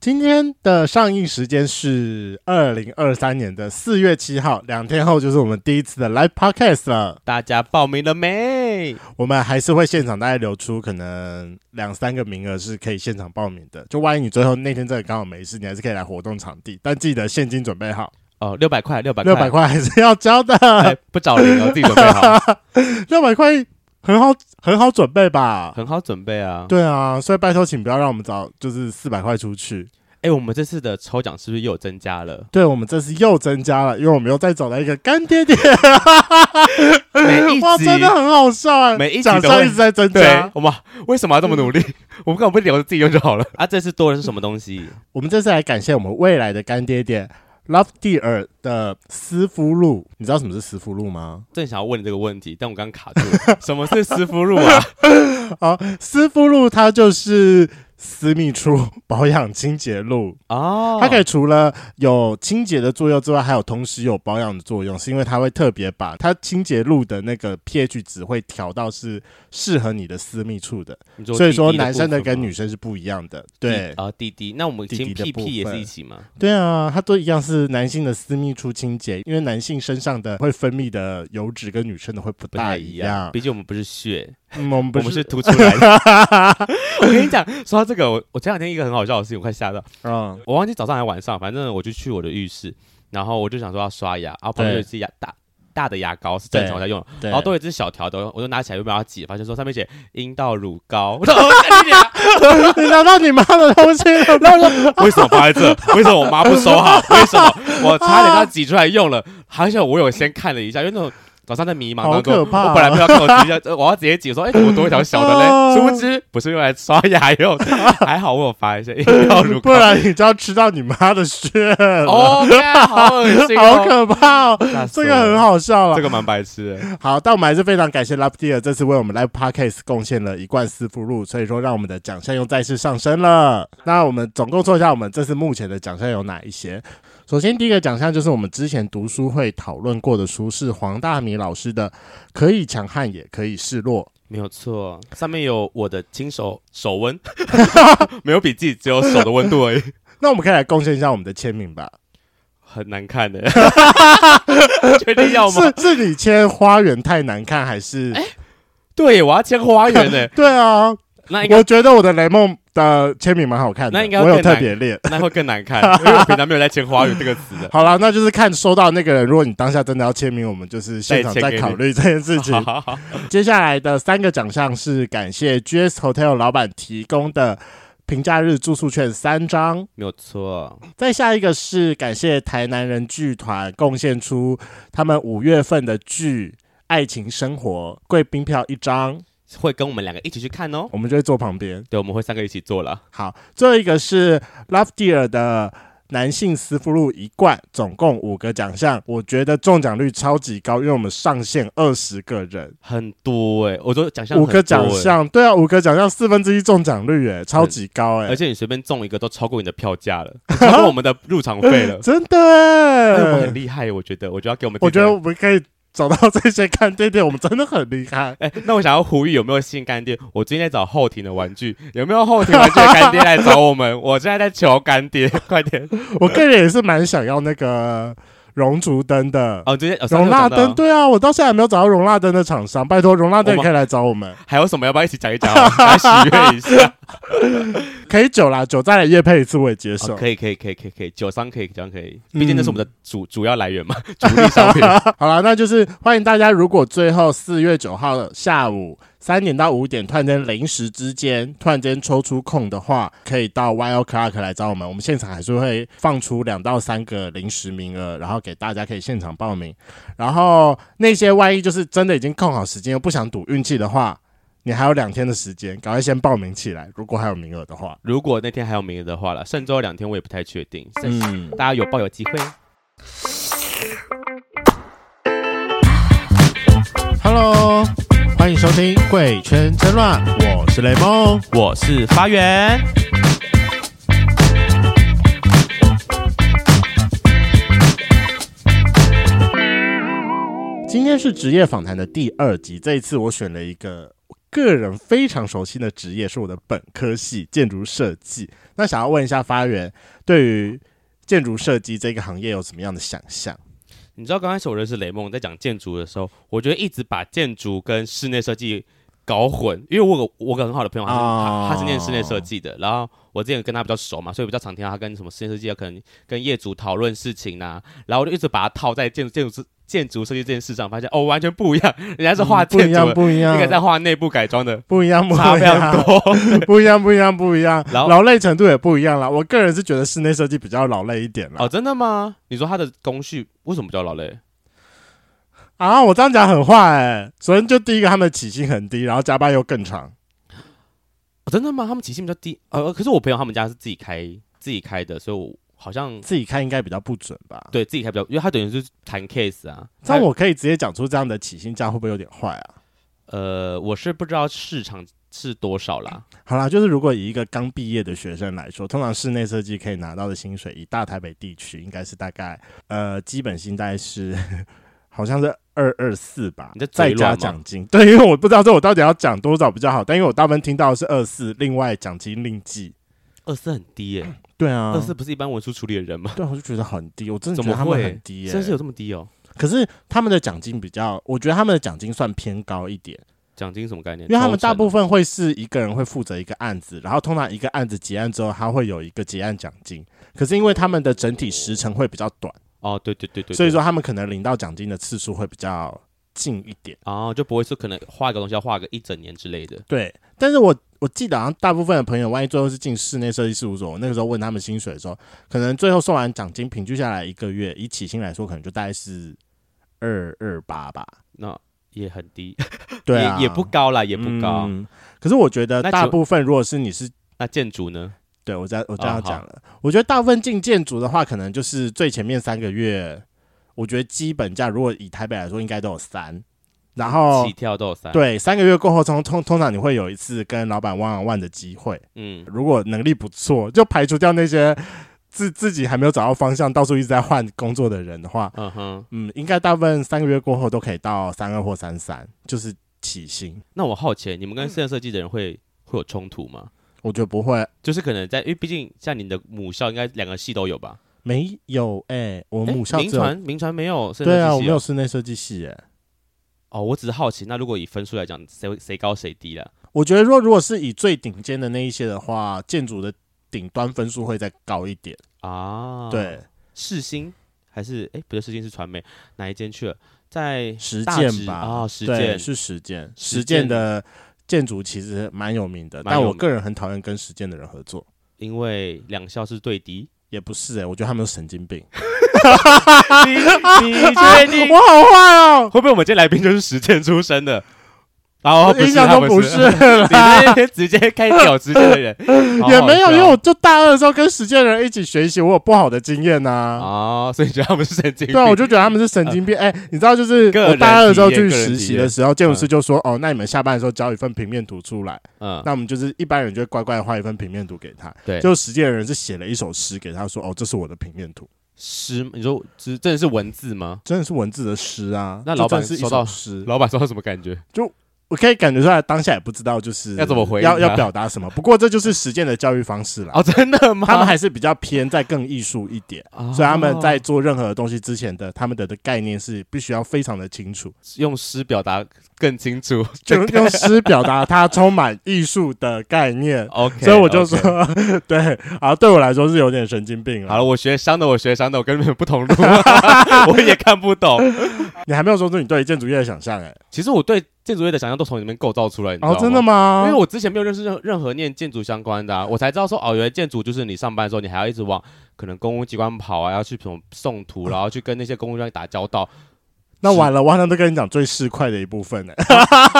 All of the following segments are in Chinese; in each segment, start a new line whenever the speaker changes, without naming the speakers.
今天的上映时间是二零二三年的四月七号，两天后就是我们第一次的 live podcast 了。
大家报名了没？
我们还是会现场大概留出可能两三个名额是可以现场报名的，就万一你最后那天真的刚好没事，你还是可以来活动场地，但记得现金准备好，
哦，六百块，六百
六百
块，
块还是要交
哎
的。
不找零哦，自己准备好，
六百块很好很好准备吧？
很好准备啊。
对啊，所以拜托请不要让我们找就是四百块出去。？
哎，我们这次的抽奖是不是又有增加了
对我们这次又增加了，因为我们又再找到一个干爹爹，
每一
哎 哇，
集，
真的很好笑哎、
每一集
奖
都
项
会
一直在增
对
加。，嗯
我们为什么要这么努力？我们干嘛不留着自己用就好了？啊，这次多的是什么东西？
我们这次来感谢我们未来的干爹爹 Love Dear 的丝芙露，你知道什么是丝芙露吗？
正想要问你这个问题，但我刚卡住了。 什么是湿敷露 啊？
丝芙露它就是私密处 保养清洁露，
哦，
它可以除了有清洁的作用之外，还有同时有保养的作用，是因为它会特别把它清洁露的那个 pH 值会调到是适合你的私密处的。
你弟弟的部分吗，
所以说，男生的跟女生是不一样的。对
弟，啊弟弟，那我们
弟
亲
弟的
屁
部
屁也是
分
一起吗？
对啊，它都一样是男性的私密处清洁，因为男性身上的会分泌的油脂跟女生的会不
不
大
太
一
一样，
样。
毕竟我们不是血，
嗯，我们
我
不
们
是
是，凸出来的。 我跟你讲，说到这个，我我前两天一个很好笑的事情，我快吓到，
嗯，
我忘记早上还是晚上，反正我就去我的浴室，然后我就想说要刷牙，啊然后旁边
对
有一支牙大大的牙膏是正常我在用的，
对
然后，都有一支小条的，我就拿起来原本要挤，发现说上面写阴道乳膏， 我说哦干你娘
你拿到你妈的东西了 吗？
为什么放在这？为什么我妈不收好？ 为什么我差点要挤出来用了？好像我有先看了一下，因为那种早上在迷茫
好
当中，
可怕哦
我本来没有看我直接，呃我要直接挤，我说哎、怎么多一条小的
啊
嘞？殊不知不是用来刷牙用，还好我有发一些阴道 乳
不
膏。
然你就要吃到你妈的血了。
哦，看好恶心
好
哦，
可怕哦！
吓死
这
我
个很，好笑了
这。个蛮白痴的。
好，但我们还是非常感谢 Love Dear 这次为我们 Live Podcast 贡献了一罐丝芙露，所以说让我们的奖项又再次上升了。那我们总共说一下，我们这次目前的奖项有哪一些？首先，第一个奖项就是我们之前读书会讨论过的书，是黄大米老师的《可以强悍也可以示弱》。
没有错，上面有我的亲手手温， 没有笔记，只有手的温度而已，
那我们可以来贡献一下我们的签名吧？
很难 看的。 确定要吗？
是是你签花园太难看，还是？
哎对，我要签花园呢。
对啊，
那应该
我觉得我的雷梦的签名蛮好看的，
那应该要
我有
更
特
难
别练。
那会更难看，因为我平常没有在签“花园”这个词 的。
好了，那就是看收到那个人。如果你当下真的要签名，我们就是现场
再签
再
给你
考虑这件事情。
好好好
接下来的三个奖项是感谢 GS Hotel 老板提供的平假日住宿券三张，
没有错，
再下一个是感谢台南人剧团贡献出他们五月份的剧《爱情生活》贵宾票一张，
会跟我们两个一起去看哦。
我们就会坐旁边。
对，我们会三个一起做了。
好，最后一个是 Love Dear 的男性丝芙露一罐，总共五个奖项，我觉得中奖率超级高，因为我们上限二十个人，
很多哎、我说奖项
五个
很多
奖
欸，
项，对啊，五个奖项四分之一中奖率，哎，超级高，哎。
而，且你随便中一个都超过你的票价了，超过我们的入场费了
真的
哎，我们
哎
很，厉害，我觉得，我觉得要给我们自
我
己
觉
的。
得我们可以找到这些干爹爹，我们真的很厉害。
哎、那我想要呼吁，有没有新干爹？我最近在找后庭的玩具，有没有后庭玩具的干爹来找我们？我现在在求干爹，快点！
我个人也是蛮想要那个熔烛灯的。
哦，最近哦上次
容
有
蜡
讲到
灯，对啊，我到现在还没有找到容蜡灯的厂商，拜托容蜡灯也
我们
可以来找我们。
还有什么要不要一起讲一讲？ 来许愿一下。
可以酒啦，酒再来夜配一次我也接
哦
受。
可以可以可以可以可以，酒商可以这样可以，
嗯
毕竟那是我们的主、主要来源嘛，主力商品。
好啦，那就是欢迎大家，如果最后四月九号的下午三点到五点，突然间临时之间突然间抽出空的话，可以到 YO Clark 来找我们，我们现场还是会放出两到三个临时名额，然后给大家可以现场报名。然后那些万一就是真的已经空好时间又不想赌运气的话，你还有两天的时间，赶快先报名起来，如果还有名额的话。
如果那天还有名额的话了，上周两天我也不太确定，剩
嗯，
大家有抱有机会。
Hello，欢迎收听《贵圈真乱》，我是雷梦。
我是发源，
今天是职业访谈的第二集，这一次我选了一个个人非常熟悉的职业是我的本科系建筑设计。那想要问一下发源，对于建筑设计这个行业有什么样的想象？
你知道刚开始我认识雷梦在讲建筑的时候，我觉得一直把建筑跟室内设计搞混，因为我有个我有个很好的朋友，他是、
哦
他他是念室内设计的，然后我之前跟他比较熟嘛，所以比较常听到他跟什么室内设计啊，可能跟业主讨论事情呐、然后我就一直把它套在建筑建筑建筑设计这件事上，发现哦完全不一样，人家是画
不
建
一
筑
样，
的，
不一
那
样
个，在画内部改装的，
不一样，不一
差非常
样，
多。
不一样，不一样，不一样。
然后
劳累程度也不一样啦。我个人是觉得室内设计比较劳累一点啦。
哦，真的吗？你说它的工序为什么比较劳累？
啊，我这样讲很坏哎。首先就第一个，他们的起薪很低，然后加班又更长。
哦、真的吗？他们起薪比较低，呃，可是我朋友他们家是自己开自己开的，所以我好像
自己看应该比较不准吧？
对自己开比较，因为他等于是谈 case 啊。
但
他
我可以直接讲出这样的起薪价会不会有点坏啊？
呃，我是不知道市场是多少啦。
好啦，就是如果以一个刚毕业的学生来说，通常室内设计可以拿到的薪水，以大台北地区应该是大概呃基本薪大概是 好像是二二四吧，
你在
再
嘴软
加
吗
奖金。对，因为我不知道这我到底要讲多少比较好，但因为我大部分听到的是二四，另外奖金另计。
二四很低耶、
对啊，
二四不是一般文书处理的人吗？
对啊，我就觉得很低，我真的
怎
觉得
么
他们
会
很低耶、
真是有这么低哦？
可是他们的奖金比较，我觉得他们的奖金算偏高一点。
奖金什么概念？
因为他们大部
分
分会是一个人会负责一个案子，然后通常一个案子结案之后，他会有一个结案奖金。可是因为他们的整体时程会比较短，
哦，对对对对对
所以说他们可能领到奖金的次数会比较近一点。
哦，就不会说可能画一个东西要画个一整年之类的。
对，但是我我记得好像大部分的朋友，万一最后是进室内设计事务所，我那个时候问他们薪水的时候，可能最后算完奖金，平均下来一个月以起薪来说，可能就大概是二二八吧。
那也很低，
对啊，
也也不高啦，也不高。
嗯可是我觉得
那
大
请
部分如果是你是
那建筑呢？
对我这样我这样
哦好
讲了，我觉得大部分进建筑的话，可能就是最前面三个月，我觉得基本价如果以台北来说，应该都有三，然后
起跳都有三。，
哦对三个月过后，通通通常你会有一次跟老板 one on one 的机会，
嗯，
如果能力不错，就排除掉那些自自己还没有找到方向，到处一直在换工作的人的话，
嗯哼，
嗯，应该大部分三个月过后都可以到三二或三三，就是起薪，
那我好奇，你
嗯
们跟室内设计的人会会有冲突吗？
我觉得不会。
就是可能在，因为毕竟像你的母校应该两个系都有吧？
没有哎、我
诶
母校
名
只有、
传名传没有室内设计
对啊，
系
我没有
哦
室内设计系哎、
哦，我只是好奇，那如果以分数来讲，谁谁高谁低了？
我觉得说，如果是以最顶尖的那一些的话，建筑的顶端分数会再高一点。
啊？，
对，
世新还是哎、不对，世新是传媒，哪一间去了？在
实
大
践
直
吧，
哦实
对
践
是实践，
实
实践
践
的建筑其实蛮有名的，
蛮
但
有名
我个人很讨厌跟实践的人合作。
因为两校是 对敌。
也不是哎、我觉得他们都神经病。
你你确定？
我好坏哦，
会不会我们今天来宾就是实践出身的？哦，不
印
是，
象
他
中不
是
是
你
啦，
那天直接开屌直接的人，好 好
也没有，
笑
因为我就大二的时候跟实践人一起学习，我有不好的经验呐、
哦，所以你觉得他们是神经病？
对啊，我就觉得他们是神经病。哎、你知道，就是
呃个人
我大二的时候
体验
去
个人
实
体
习
验
的时候，建筑师就说：“哦，那你们下班的时候交一份平面图出来。”
嗯，
那我们就是一般人就会乖乖地画一份平面图给他。
对
就实践的人是写了一首诗给他说：“哦，这是我的平面图，
诗，你说是真的是文字吗？
真的是文字的诗啊。”
那老板
是一
收到
首诗，
老板收到什么感觉？
我可以感觉出来，当下也不知道就是
要怎么回应
要
他
要表达什么。不过这就是实践的教育方式啦。
哦，真的吗？
他们还是比较偏在更艺术一点，
还
所以他们在做任何东西之前的他们的的概念是必须要非常的清楚，
用诗表达更清楚。
就用诗表达它充满艺术的概念。
OK，
所以我就
OK
说，对，啊，对我来说是有点神经病了
好。了，我学商的，我学商的，我跟你们 不同路，我也看不懂。
你还没有说出你对建筑业的想象哎、
其实我对建筑业的想象都从你们构造出来，你知道
哦，真的
吗？
吗？
因为我之前没有认识任任何念建筑相关的、啊，我才知道说哦，原来建筑就是你上班的时候，你还要一直往可能公务机关跑啊，要去什么送 图，然后去跟那些公务机关打交道，
那完了，我好像都跟你讲最市侩的一部 分呢、欸。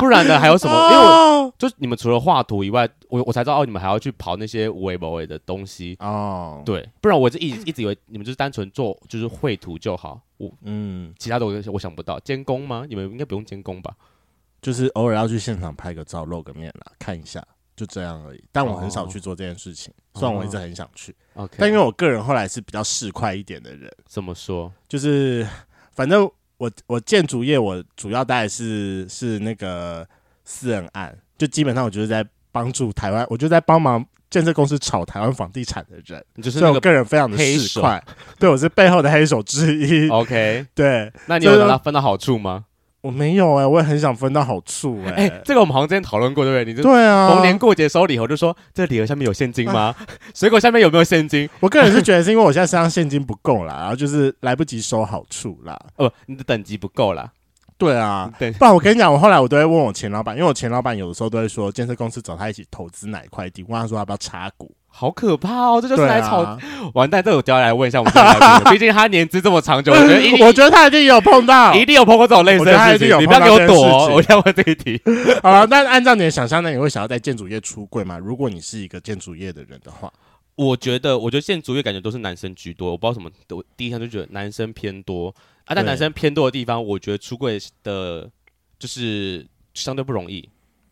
不然呢还有什么？因为我
哦
就是你们除了画图以外，我我才知道哦，你们还要去跑那些无为不为的东西。
哦，
对，不然我就一直一直以为你们就是单纯做就是绘图就好，我
嗯，
其他的我我想不到。监工吗？你们应该不用监工吧？
就是偶尔要去现场拍个照、露个面啦，看一下，就这样而已。但我很少去做这件事情，
哦
虽然我一直很想去，
OK，
但因为我个人后来是比较市侩一点的人，
怎么说？
就是反正我我建筑业我主要待的是是那个。私人案，就基本上我就是在帮助台湾，我就在帮忙建设公司炒台湾房地产的人，
你就是
所以我
那个
个人非常的
黑
市
手
侩，对我是背后的黑手之 一。
OK。
对
那你有
就
拿
是
到分到好处 吗？
我没有哎、我也很想分到好处哎、
哎、这个我们好像之前讨论过，对不对？你就
对啊，
逢年过节收礼盒，就说这礼盒下面有现金 吗？水果下面有没有现金？
我个人是觉得是因为我现在身上现金不够啦，然后就是来不及收好处啦。
哦，不，你的等级不够啦。
对啊，
对，
不然我跟你讲，我后来我都会问我前老板，因为我前老板有的时候都会说，建设公司找他一起投资哪一块地，我问他说要不要插股，
好可怕哦！这就是
对
来炒、
啊。
完蛋，这我就要来问一下我们这个来 宾了毕竟他年资这么长久，我觉得一定
我觉得他一定有碰到。
一定有碰过这种类似
我觉得
的
他一
事
定
情，
有
你
碰
不要给
到
我
这件
躲、
事
哦，
情
我要问这一题。
好了，那按照你的想象，那你会想要在建筑业出柜吗？如果你是一个建筑业的人的话，
我觉得，我觉得建筑业感觉都是男生居多，我不知道什么，我第一项就觉得男生偏多啊，
对
但男生偏多的地方，我觉得出柜的，就是相对不容易，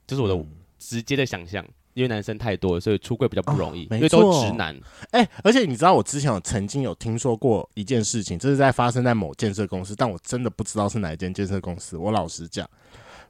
这是我的
嗯
直接的想象，因为男生太多了，所以出柜比较不容易，
没
因为都
错
直男。
哎、而且你知道，我之前有曾经有听说过一件事情，这是在发生在某建设公司，但我真的不知道是哪一间建设公司。我老实讲，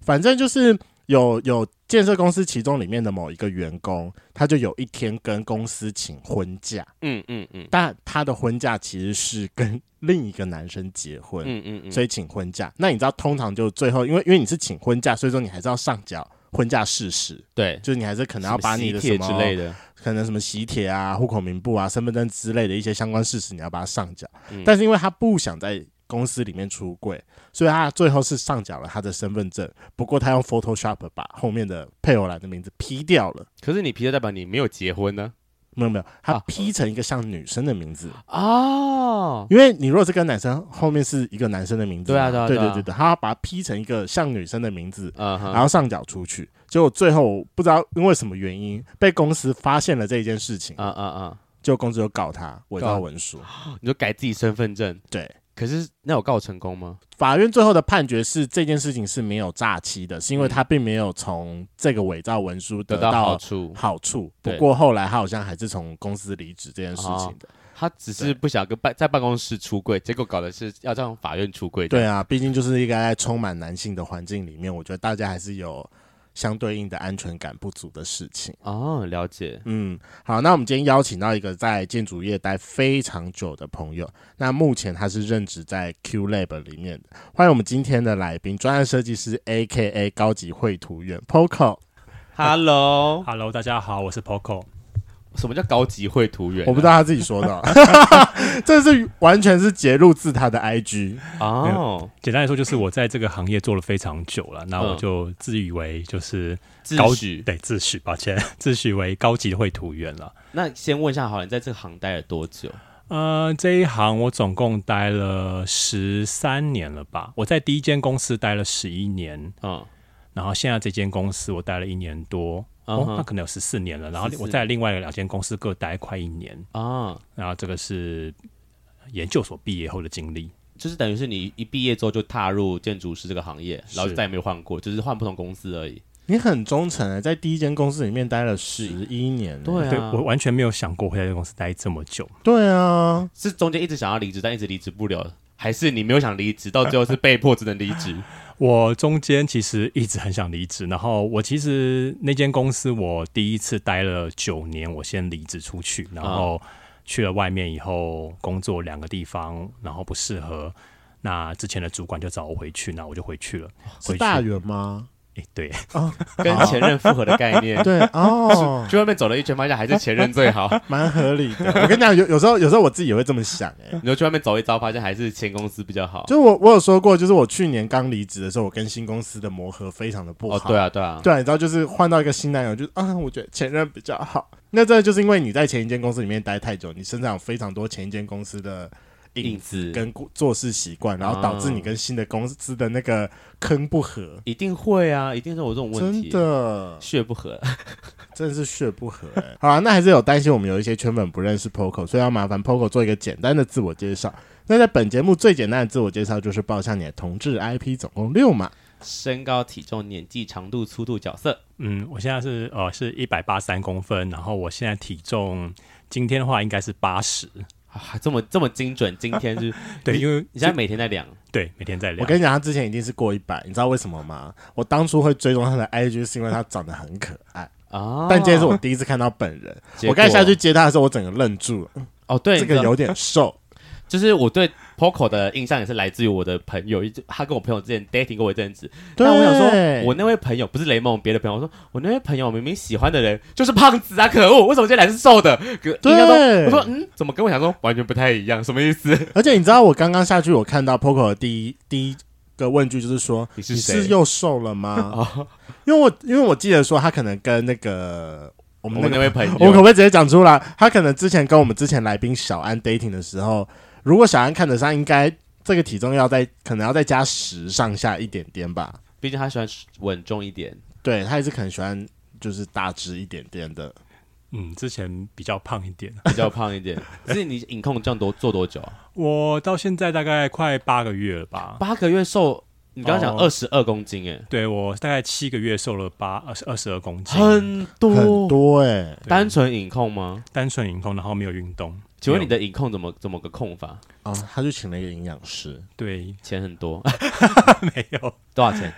反正就是有有建设公司其中里面的某一个员工，他就有一天跟公司请婚假，
嗯嗯嗯
但他的婚假其实是跟另一个男生结婚，
嗯嗯嗯，
所以请婚假。那你知道，通常就最后，因为因为你是请婚假，所以说你还是要上缴婚假事实，
对，
就是你还是可能要把你的
什
什
么喜
么
帖之类的，
可能什么喜帖啊、户口名簿啊、身份证之类的一些相关事实，你要把它上缴。
嗯
但是因为他不想在公司里面出柜，所以他最后是上缴了他的身份证。不过他用 Photoshop 把后面的配偶栏的名字 P 掉了，
可是你皮特代表你没有结婚呢
没有没有，他
啊
P 成一个像女生的名字。
哦，
因为你如果是跟男生，后面是一个男生的名字嘛，
对啊对啊
对
对啊
对对，他要把它 P 成一个像女生的名字，
嗯
然
哼，
后上缴出去。结果最后我不知道因为什么原因被公司发现了这一件事情，
嗯嗯
就公司就告他伪造
告
文书。
嗯，你就改自己身份证，
对，
可是那有告成功吗？
法院最后的判决是这件事情是没有诈欺的，是因为他并没有从这个伪造文书
得
到
到好处，
好处。不
对啊
过后来他好像还是从公司离职这件事情的。
他只是
对
不想跟办在办公室出柜，结果搞的是要让法院出柜。
对，啊，毕竟就是一个在充满男性的环境里面，我觉得大家还是有相对应的安全感不足的事情。
哦，了解。
嗯，好，那我们今天邀请到一个在建筑业待非常久的朋友，那目前他是任职在 Q Lab 里面的。欢迎我们今天的来宾，专案设计师 A K A 高级绘图员 Poco。
Hello，
哦 Hello，大家好，我是 Poco。
什么叫高级绘图员啊、
我不知道他自己说的 哦，这是完全是截录自他的 IG。
哦，
简单来说，就是我在这个行业做了非常久了，那我就自以为就是
嗯自
高
诩。
对自诩，抱歉，自诩为高级的绘图员了。
那先问一下，好了，你在这个行待了多久？
呃，这一行我总共待了十三年了吧？我在第一间公司待了十一年，
嗯
然后现在这间公司我待了一年多，
嗯
哦，那
哼
可能有十四年了。然后
14
我在另外两间公司各待快一年，
啊，
然后这个是研究所毕业后的经历。
就是等于是你一毕业之后就踏入建筑师这个行业，然后就再也没有换过，就是换不同公司而已。
你很忠诚、欸，在第一间公司里面待了十一年、欸。
对
对
啊
我，完全没有想过会在这个公司待这么久。
对啊，
是中间一直想要离职，但一直离职不了，还是你没有想离职，到最后是被迫只能离职？
我中间其实一直很想离职，然后我其实那间公司我第一次待了九年，我先离职出去，然后
啊
去了外面以后工作两个地方，然后不适合，那之前的主管就找我回去，那我就回去了。回
是
去
大圆吗？
哎，对，
跟前任复合的概 念，
对哦，
去外面走了一圈，发现还是前任最好。
蛮合理的。我跟你讲，有有时候有时候我自己也会这么想、欸，
你就去外面走一遭，发现还是前公司比较好。
就我我有说过，就是我去年刚离职的时候，我跟新公司的磨合非常的不好。
哦，对啊，对啊，
对啊，你知道，就是换到一个新男友，就是啊，我觉得前任比较好。那这就是因为你在前一间公司里面待太久，你身上有非常多前一间公司的
影
影
子啊
跟过做事习惯，然后导致你跟新的公司的那个坑不合。
一定会啊，一定是有这种问
真
题，
的，
血不合。
真的是血不合、欸。好啊，那还是有担心我们有一些圈粉不认识 Poco，所以要麻烦 Poco 做一个简单的自我介绍。那在本节目最简单的自我介绍就是报下你的同志 IP，总共六嘛。
身高、体重、年纪、长度、粗度、角色。
嗯，我现在是呃是一百八三公分，然后我现在体重今天的话应该是八十，
啊这么这么精准，今天是
对，因为
你现在每天在量，
对每天在
我
量，
跟你讲，他之前一定是过一百，你知道为什么吗？我当初会追踪他的 IG 是因为他长得很可爱，
啊！
但今天是我第一次看到本人。
结
我
果
刚才下去接他的时候，我整个愣住了，
哦，对，
这个
你知道
有点瘦。
就是我对 Poco 的印象也是来自于我的朋友，一直他跟我朋友之前 dating 过一阵子，
对，
但我想说，我那位朋友不是雷蒙，别的朋友，我说我那位朋友明明喜欢的人就是胖子啊，可恶，为什么今天来是瘦的？可
对
应该说我说嗯，怎么跟我想说完全不太一样，什么意思？
而且你知道，我刚刚下去，我看到 Poco 的第一第一个问句就是说：“
你
你
是谁哦
是又瘦了 吗？”因为我因为我记得说他可能跟那个我
我
们
们
那
那
个
位朋
我们可不
友
可以直接讲出来？他可能之前跟我们之前来宾小安 dating 的时候，如果小安看得上，应该这个体重要在可能要再加十上下一点点吧。
毕竟他喜欢稳重一点，
对他也是很喜欢就是大只一点点的。
嗯，之前比较胖一点，
比较胖一点。 可是你影控这样多做多久啊？
我到现在大概快八个月了吧。
八个月瘦，你刚刚讲二
哦
十二公斤、欸，
对我大概七个月瘦了八二十二十二公斤，
很多，
很多哎、
对
单纯影控吗？
单纯饮控，然后没有运动。
请问
没
你
有
的影控怎么怎么个控法？
啊、他就请了一个营养师，
对
钱很多，
没有？
多少钱？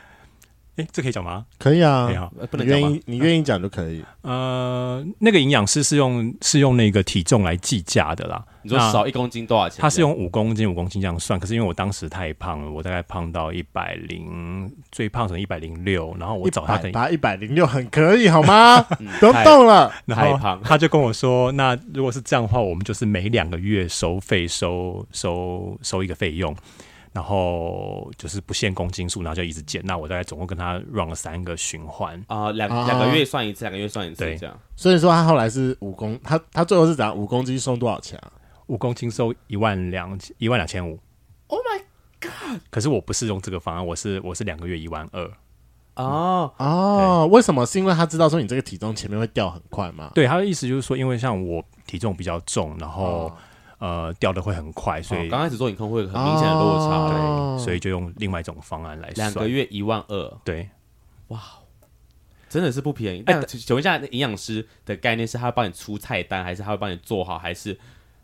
哎，这可以讲吗？
可以啊
可以，哈。
呃不
你
能讲
愿
吗？
意你愿意讲就可以。
呃，那个营养师是用是用那个体重来计价的啦。
你说
那
少一公斤多少钱？
他是用五公斤五公斤这样算，可是因为我当时太胖了，我大概胖到一百零，最胖可能一百零六，然后我找他
百
可能，
八一百零六很可以好吗？
嗯
不用
太
动了，
然
太
后
胖，
他就跟我说，那如果是这样的话，我们就是每两个月收费收收收一个费用，然后就是不限公斤数，然后就一直减。那我大概总共跟他 run 了三个循环，
啊，两
啊
两个月算一次，两个月算一次
对
这样。
所以说他后来是五公，他他最后是怎样？五公斤送多少钱啊？
五公斤收一万两一万两千五。
Oh my！
可是我不是用这个方案，我是我是两个月一万二。
哦，
哦，为什么？是因为他知道说你这个体重前面会掉很快吗？
对他的意思就是说，因为像我体重比较重，然后、
哦
呃掉的会很快，所
哦
以、
刚开始做影控会有很明显的落差，
哦
所以就用另外一种方案来算。
两个月一万二，
对，
真的是不便宜。但哎请请问一下，那营养师的概念是他会帮你出菜单，还是他会帮你做好，还是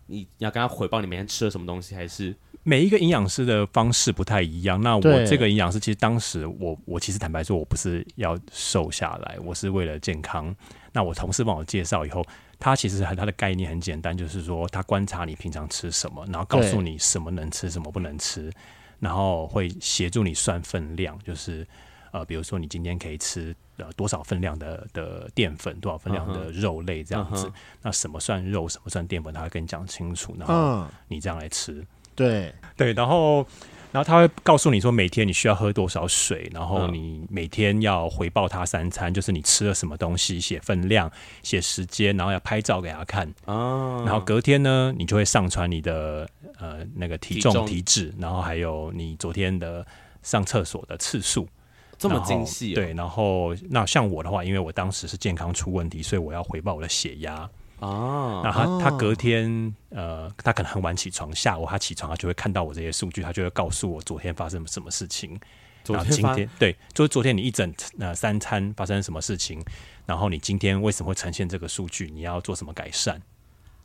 你要跟他回报你每天吃了什么东西，还是
每一个营养师的方式不太一样。那我
对
这个营养师，其实当时我我其实坦白说，我不是要瘦下来，我是为了健康。那我同事帮我介绍以后，他其实很他的概念很简单，就是说他观察你平常吃什么，然后告诉
对
你什么能吃，什么不能吃，然后会协助你算分量，就是呃，比如说你今天可以吃呃多少分量的的淀粉，多少分量
嗯
的肉类这样
嗯
子。
哼
那什么算肉，什么算淀粉，他会跟你讲清楚，然后
嗯，
你这样来吃。
对，
对，然后然后他会告诉你说每天你需要喝多少水，然
嗯
后你每天要回报他三餐，就是你吃了什么东西，写分量，写时间，然后要拍照给他看，
啊？
然后隔天呢，你就会上传你的呃那个体
体
重、
重
体脂，然后还有你昨天的。上厕所的次数
这么
然后
精细哦，
对，然后那像我的话，因为我当时是健康出问题，所以我要回报我的血压，
啊
那他他隔天呃，他可能很晚起床，下午他起床，他就会看到我这些数据，他就会告诉我昨天发生什么事情。
昨
然后
天
今
发
天对，就是昨天你一整呃三餐发生什么事情，然后你今天为什么会呈现这个数据，你要做什么改善？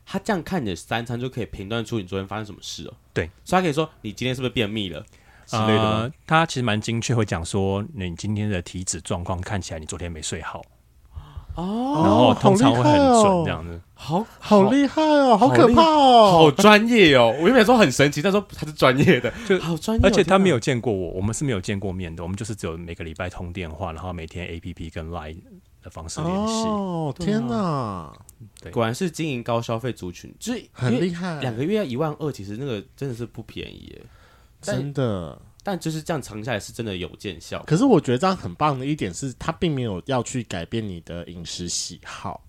他这样看你的三餐就可以评断出你昨天发生什么事哦。
对，
所以他可以说你今天是不是便秘了之类的吗？
呃，他其实蛮精确，会讲说你今天的体脂状况看起来你昨天没睡好，然后
哦，好
通
厉
常会
害
很准
哦
这，样子。
好
好厉害哦，好
好
可
厉
怕
好
哦，
专业哦！我原本说很神奇，但说他是专业的，
就
好专业哦、
而且他没
有
有见过我，我们是没有见过面的，我们就是只有每个礼拜通电话，然后每天 A P P 跟 Line 的方式联系。
哦，天哪，
果然是经营高消费族群，就是
很
因为
厉害
两，个月要一万二，其实那个真的是不便宜耶。但
真的。
但就是这样长下来，是真的有见效。
可是我觉得这样很棒的一点是，他并没有要去改变你的饮食喜好。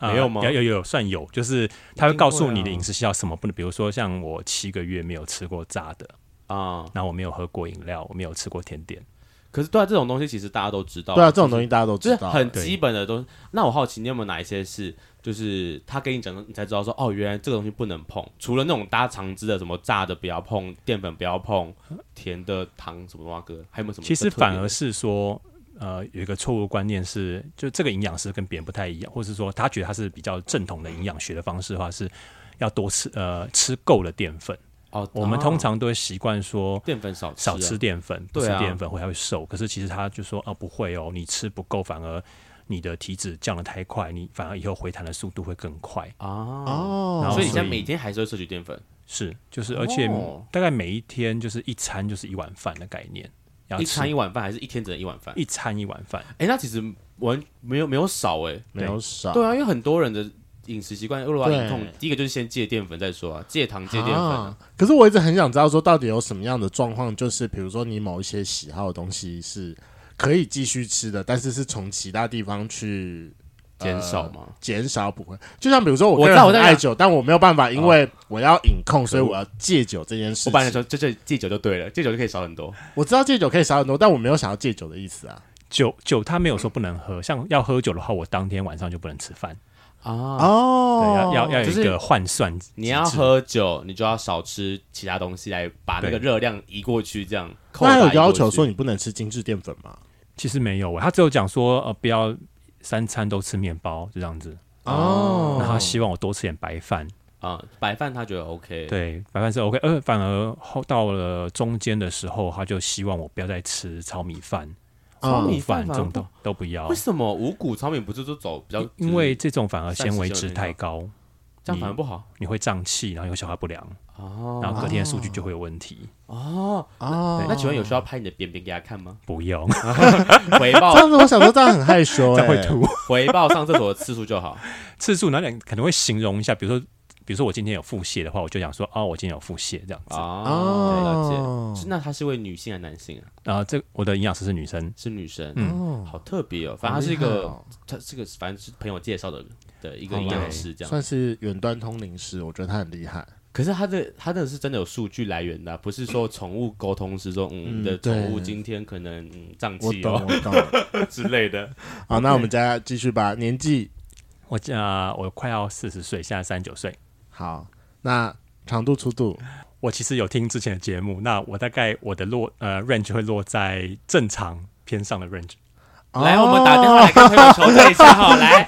呃
没有吗
有有有算有，就是他会告诉你
一定
的
会啊
饮食需要什么不能，比如说像我七个月没有吃过炸的，
啊、
然后我没有喝过饮料，我没有吃过甜点。
可是对啊，这种东西其实大家都知道，
对啊，这种
西。
东西大家都
哦就是
知道，
很
对
基本的东西。那我好奇，你有没有哪一些是，就是他跟你讲，你才知道说，哦，原来这个东西不能碰。除了那种大家常知的什么炸的不要碰，淀粉不要碰，甜的糖什么蛙哥，还有没有什么？
其实反而是说，呃有一个错误观念是，就这个营养师跟别人不太一样，或是说他觉得他是比较正统的营养学的方式的话，是要多吃呃吃够了淀粉。
哦，
我们
啊
通常都会习惯说
淀粉少吃
少
啊
吃淀粉，不吃
对啊
淀粉会还会瘦。可是其实他就说啊，不会哦，你吃不够，反而你的体脂降得太快，你反而以后回弹的速度会更快。
啊，
哦
然后
所以你
所
现在
以
每天还是会摄取淀粉，
是，就是而且
哦
大概每一天就是一餐就是一碗饭的概念，要
一
吃嗯
餐一碗饭还是一天只能一碗饭？
一餐一碗饭。
哎，那其实完没有没有少哎，
没有少，
对啊，因为很多人的饮食习惯，如果
嗯
要
对
饮控，第一个就是先戒淀粉再说啊，戒糖戒淀粉啊。
啊。可是我一直很想知道，说到底有什么样的状况，就是比如说你某一些喜好的东西是可以继续吃的，但是是从其他地方去呃
减少嘛。
减少补回。就像比如说，我个
我知
人
道我哦
很
在
爱
想
酒，但我没有办法，因为我要饮控，所以我要戒酒这件事
我本来
情。
说这这戒酒就对了，戒酒就可以少很多。
我知道戒酒可以少很多，但我没有想要戒酒的意思啊。
酒酒他没有说不能喝，像要喝酒的话，我当天晚上就不能吃饭，
啊，
对，
哦
要要要有
就
一
是
个换算机制。
你要喝酒，你就要少吃其他东西来把那个
对
热量移过去，这样。扣
那
打
还有
移过
要求
去
说你不能吃精致淀粉吗？
其实没有欸，他只有讲说呃不要三餐都吃面包就这样子。那
哦，
他希望我多吃点白饭，
啊，白饭他觉得 OK，，
对，白饭是 OK。呃，反而后到了中间的时候，他就希望我不要再吃糙米饭、
糙
嗯
米
米饭
饭
这
反而
种
不
都都不要
哦为，什么五谷糙米不是都走比较？
因因为这种反而纤维
膳食
值
纤维
太高，
这样反而不好
你会胀气，然后有消化不良，
哦
然后隔天的数据就会有问题。
哦。
哦，
那请问有需要拍你的便便给他看 吗？
不要，
哦 回
这
报
样子我想说这样很害 羞，
这样会
哎
吐。
回报上厕所的次数 就好。
次数哪点可能会形容一下，比如说，比如说我今天有腹泻的话，我就想说，哦，我今天有腹泻这样
啊
子。
哦，
哦
了解。是那她是位女性还是男性啊？
然后这我的营养师是女生，
是女生，
哦
好特别哦。反正她是一
好厉害
个
哦，
她是个，反正是朋友介绍的的一个
好吧
营养师这样。
算是远端通灵师，我觉得他很厉害。
可是她的她那个是真的有数据来源的啊，不是说宠物沟通师说，嗯，
嗯
你的宠物
对
今天可能嗯胀
我
气
懂，
哦
我懂。
之类的。
好，那我们再继续吧。年纪
我呃我快要四十岁，现在三十九岁。
好，那长度粗度
我其实有听之前的节目，那我大概我的落呃 range 会落在正常偏上的 range。
来，我
哦
们打电话来跟朋友求证一下 哈，来。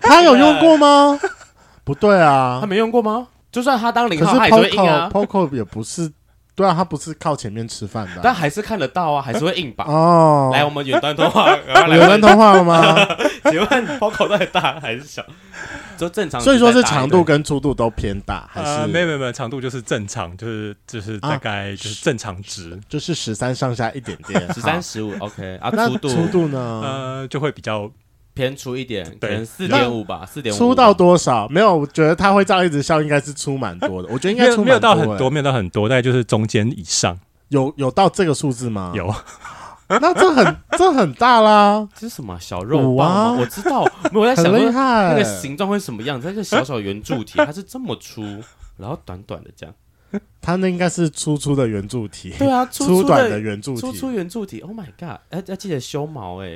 他有用过吗？ 不对啊
他，没用过吗？就算他当
可
零
是
号，他也是会硬啊
Poco，Poco 也不是，对啊，他不是靠前面吃饭的
但
啊。
还是看得到啊，还是会硬吧。
哦，
来，我们远端通 话，然后来
有人通话了 吗？
请问包口到底大还是小？就正常，
所以说是长度跟粗度都偏大，还
呃、没
是
有没有没有，长度就是正常，就是就是
啊
大概就是正常值，
就是十三上下一点点，
十三
好。
十五，OK 啊，
那
粗度
粗度呢？
呃就会比较
偏粗一点，可
对
能四点五吧，四点五
粗到多少？没有，我觉得他会这样一直笑，应该是粗蛮多的。我觉得应
没
该
有
粗
没有
蛮
到
欸
很多，没有到很多，大概就是中间以上
有有到这个数字吗？，
有。
那这很这很大 啦，
这是什么啊小肉棒吗？
五啊
我知道，没有我在
很
想
厉
说
害。
那个形状会什么样子，它是小小圆 柱体，它是这么粗，然后短短的这样，
它那应该是粗粗的圆柱体，
对啊，粗粗
短的圆柱体。
粗粗圆柱体，Oh my god，要要记得修毛 哎，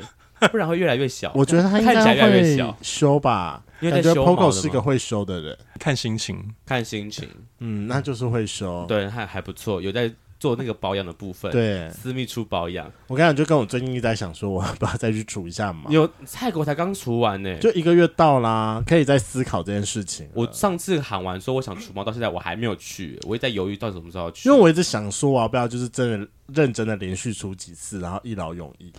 不然会越来越小。
我觉得它应
看起
该
来越来越
会
小
修吧，
因为
感
在
觉
修毛的
Poco
嘛
是个会修的人。
看心情，
看心情，
嗯，那就是会修。
对，还还不错，有在做那个保养的部分，，
对，
私密处保养。
我刚才就跟我最近一直在想说，我要不要再去除一下毛？
有泰国才刚除完呢、
就一个月到啦，可以再思考这件事情啊了。
我上次喊完说我想除毛，到现在我还没有去，我也在犹豫到底什么时候要去。
因为我一直想说，我要不要就是真的认真的连续除几次，然后一劳永逸。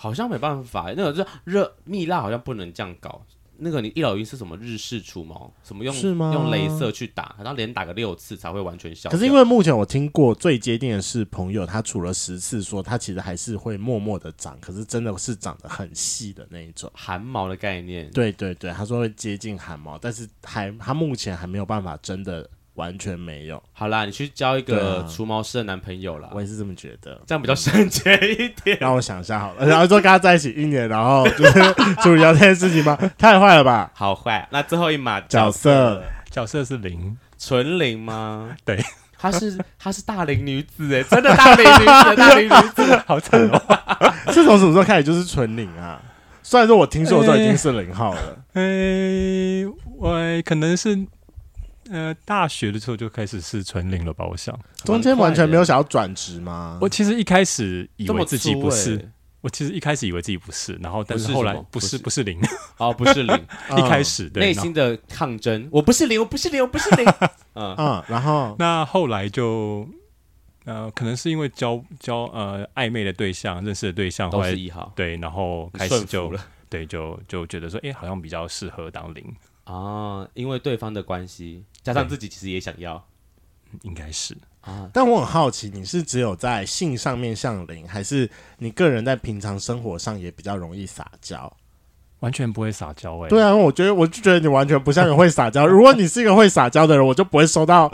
好像没办法、那个就是热蜜蜡好像不能这样搞。那个你一老一是什么日式除毛？什么用
是吗
用镭射去打，然后连打个六次才会完全消掉。
可是因为目前我听过最接近的是朋友，他除了十次说他其实还是会默默的长，可是真的是长得很细的那一种。
汗毛的概念，
对对对，他说会接近汗毛，但是还他目前还没有办法真的完全没有，
好啦，你去交一
对
个
啊
除毛师的男朋友啦，
我也是这么觉得。
这样比较 省钱一点。
让我想一下好了，然后说跟他在一起一年，然后就是 处理掉这件事情吗？太坏了吧！
好坏，那最后一码
角色
角色是零，
纯零吗？
对，
她是她是大龄女子哎，真的大龄女子，大龄女子。
好惨哦。
是从什么时候开始就是纯零啊？虽然说我听说的时候已经是零号
哎
了，
诶、我、可能是呃大学的时候就开始是纯零了
啊
吧？我想，
中间完全没有想要转职吗？
我其实一开始以
这么
为自己不是，
粗欸
我其实一开始以为自己不是，然后但
不
是
是
后
什
来
么
不
不
是
是
不是零，
哦，不是零，
一开
嗯
始对
内
然后
心的抗争，我不是零，我不是零，我不是零，嗯，
嗯，然后
那后来就呃，可能是因为交交呃暧昧的对象、认识的对象，后
都
来
是一号，
对，然后开
顺
始
服
就
了
对，就就觉得说，哎、好像比较适合当零，
啊，因为对方的关系，加上自己其实也想要
嗯应该是
啊，
但我很好奇，你是只有在性上面像零，还是你个人在平常生活上也比较容易撒娇？
完全不会撒娇哎、
对啊，我觉得我就觉得你完全不像个会撒娇。 如果你是一个会撒娇的人，我就不会收到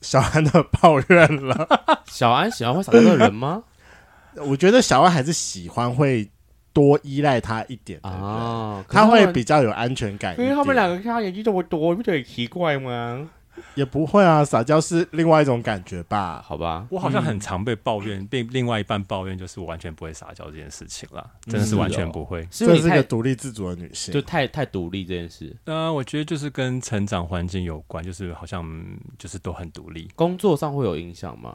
小安的抱怨了。
小安喜欢会撒娇的人吗？
我觉得小安还是喜欢会多依赖他一点的人，
啊，可是
他会
们，
比较有安全感一
因
点。
为他们两个看他年纪这么多，你不觉得很奇怪吗？
也不会啊，撒娇是另外一种感觉吧？
好吧，
我好像很常被抱
嗯
怨，被另外一半抱怨，就是我完全不会撒娇这件事情啦，真的是
嗯
完
是
全
哦
不会。
是因
这
为你
是一个
太
独立自主的女性，
就太太独立这件事，
呃，我觉得就是跟成长环境有关，就是好像嗯就是都很独立，
工作上会有影响吗？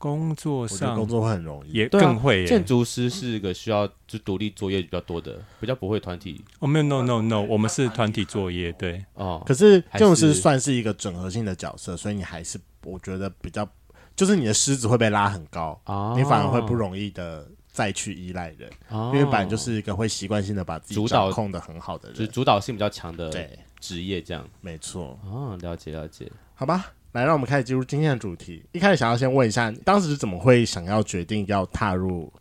工作
我觉得
上
工作会很容易。
也
对啊
更会、耶。
建筑师是一个需要就独立作业比较多的，比较不会团体
哦，没有，no no no，我们是团体作业，对，
哦。
可是
还
建筑师
是
算是一个整合性的角色，所以你还是我觉得比较，就是你的狮子会被拉很高，
啊
你反而会不容易的再去依赖人，
哦
因为本来就是一个会习惯性的把自己
主
掌
导
控的很好的
就是
人。
主导性比较强的
对，
职业这样。
没错。
哦，了解了解。
好吧，来，让我们开始进入今天的主题。一开始想要先问一下，你当时是怎么会想要决定要踏入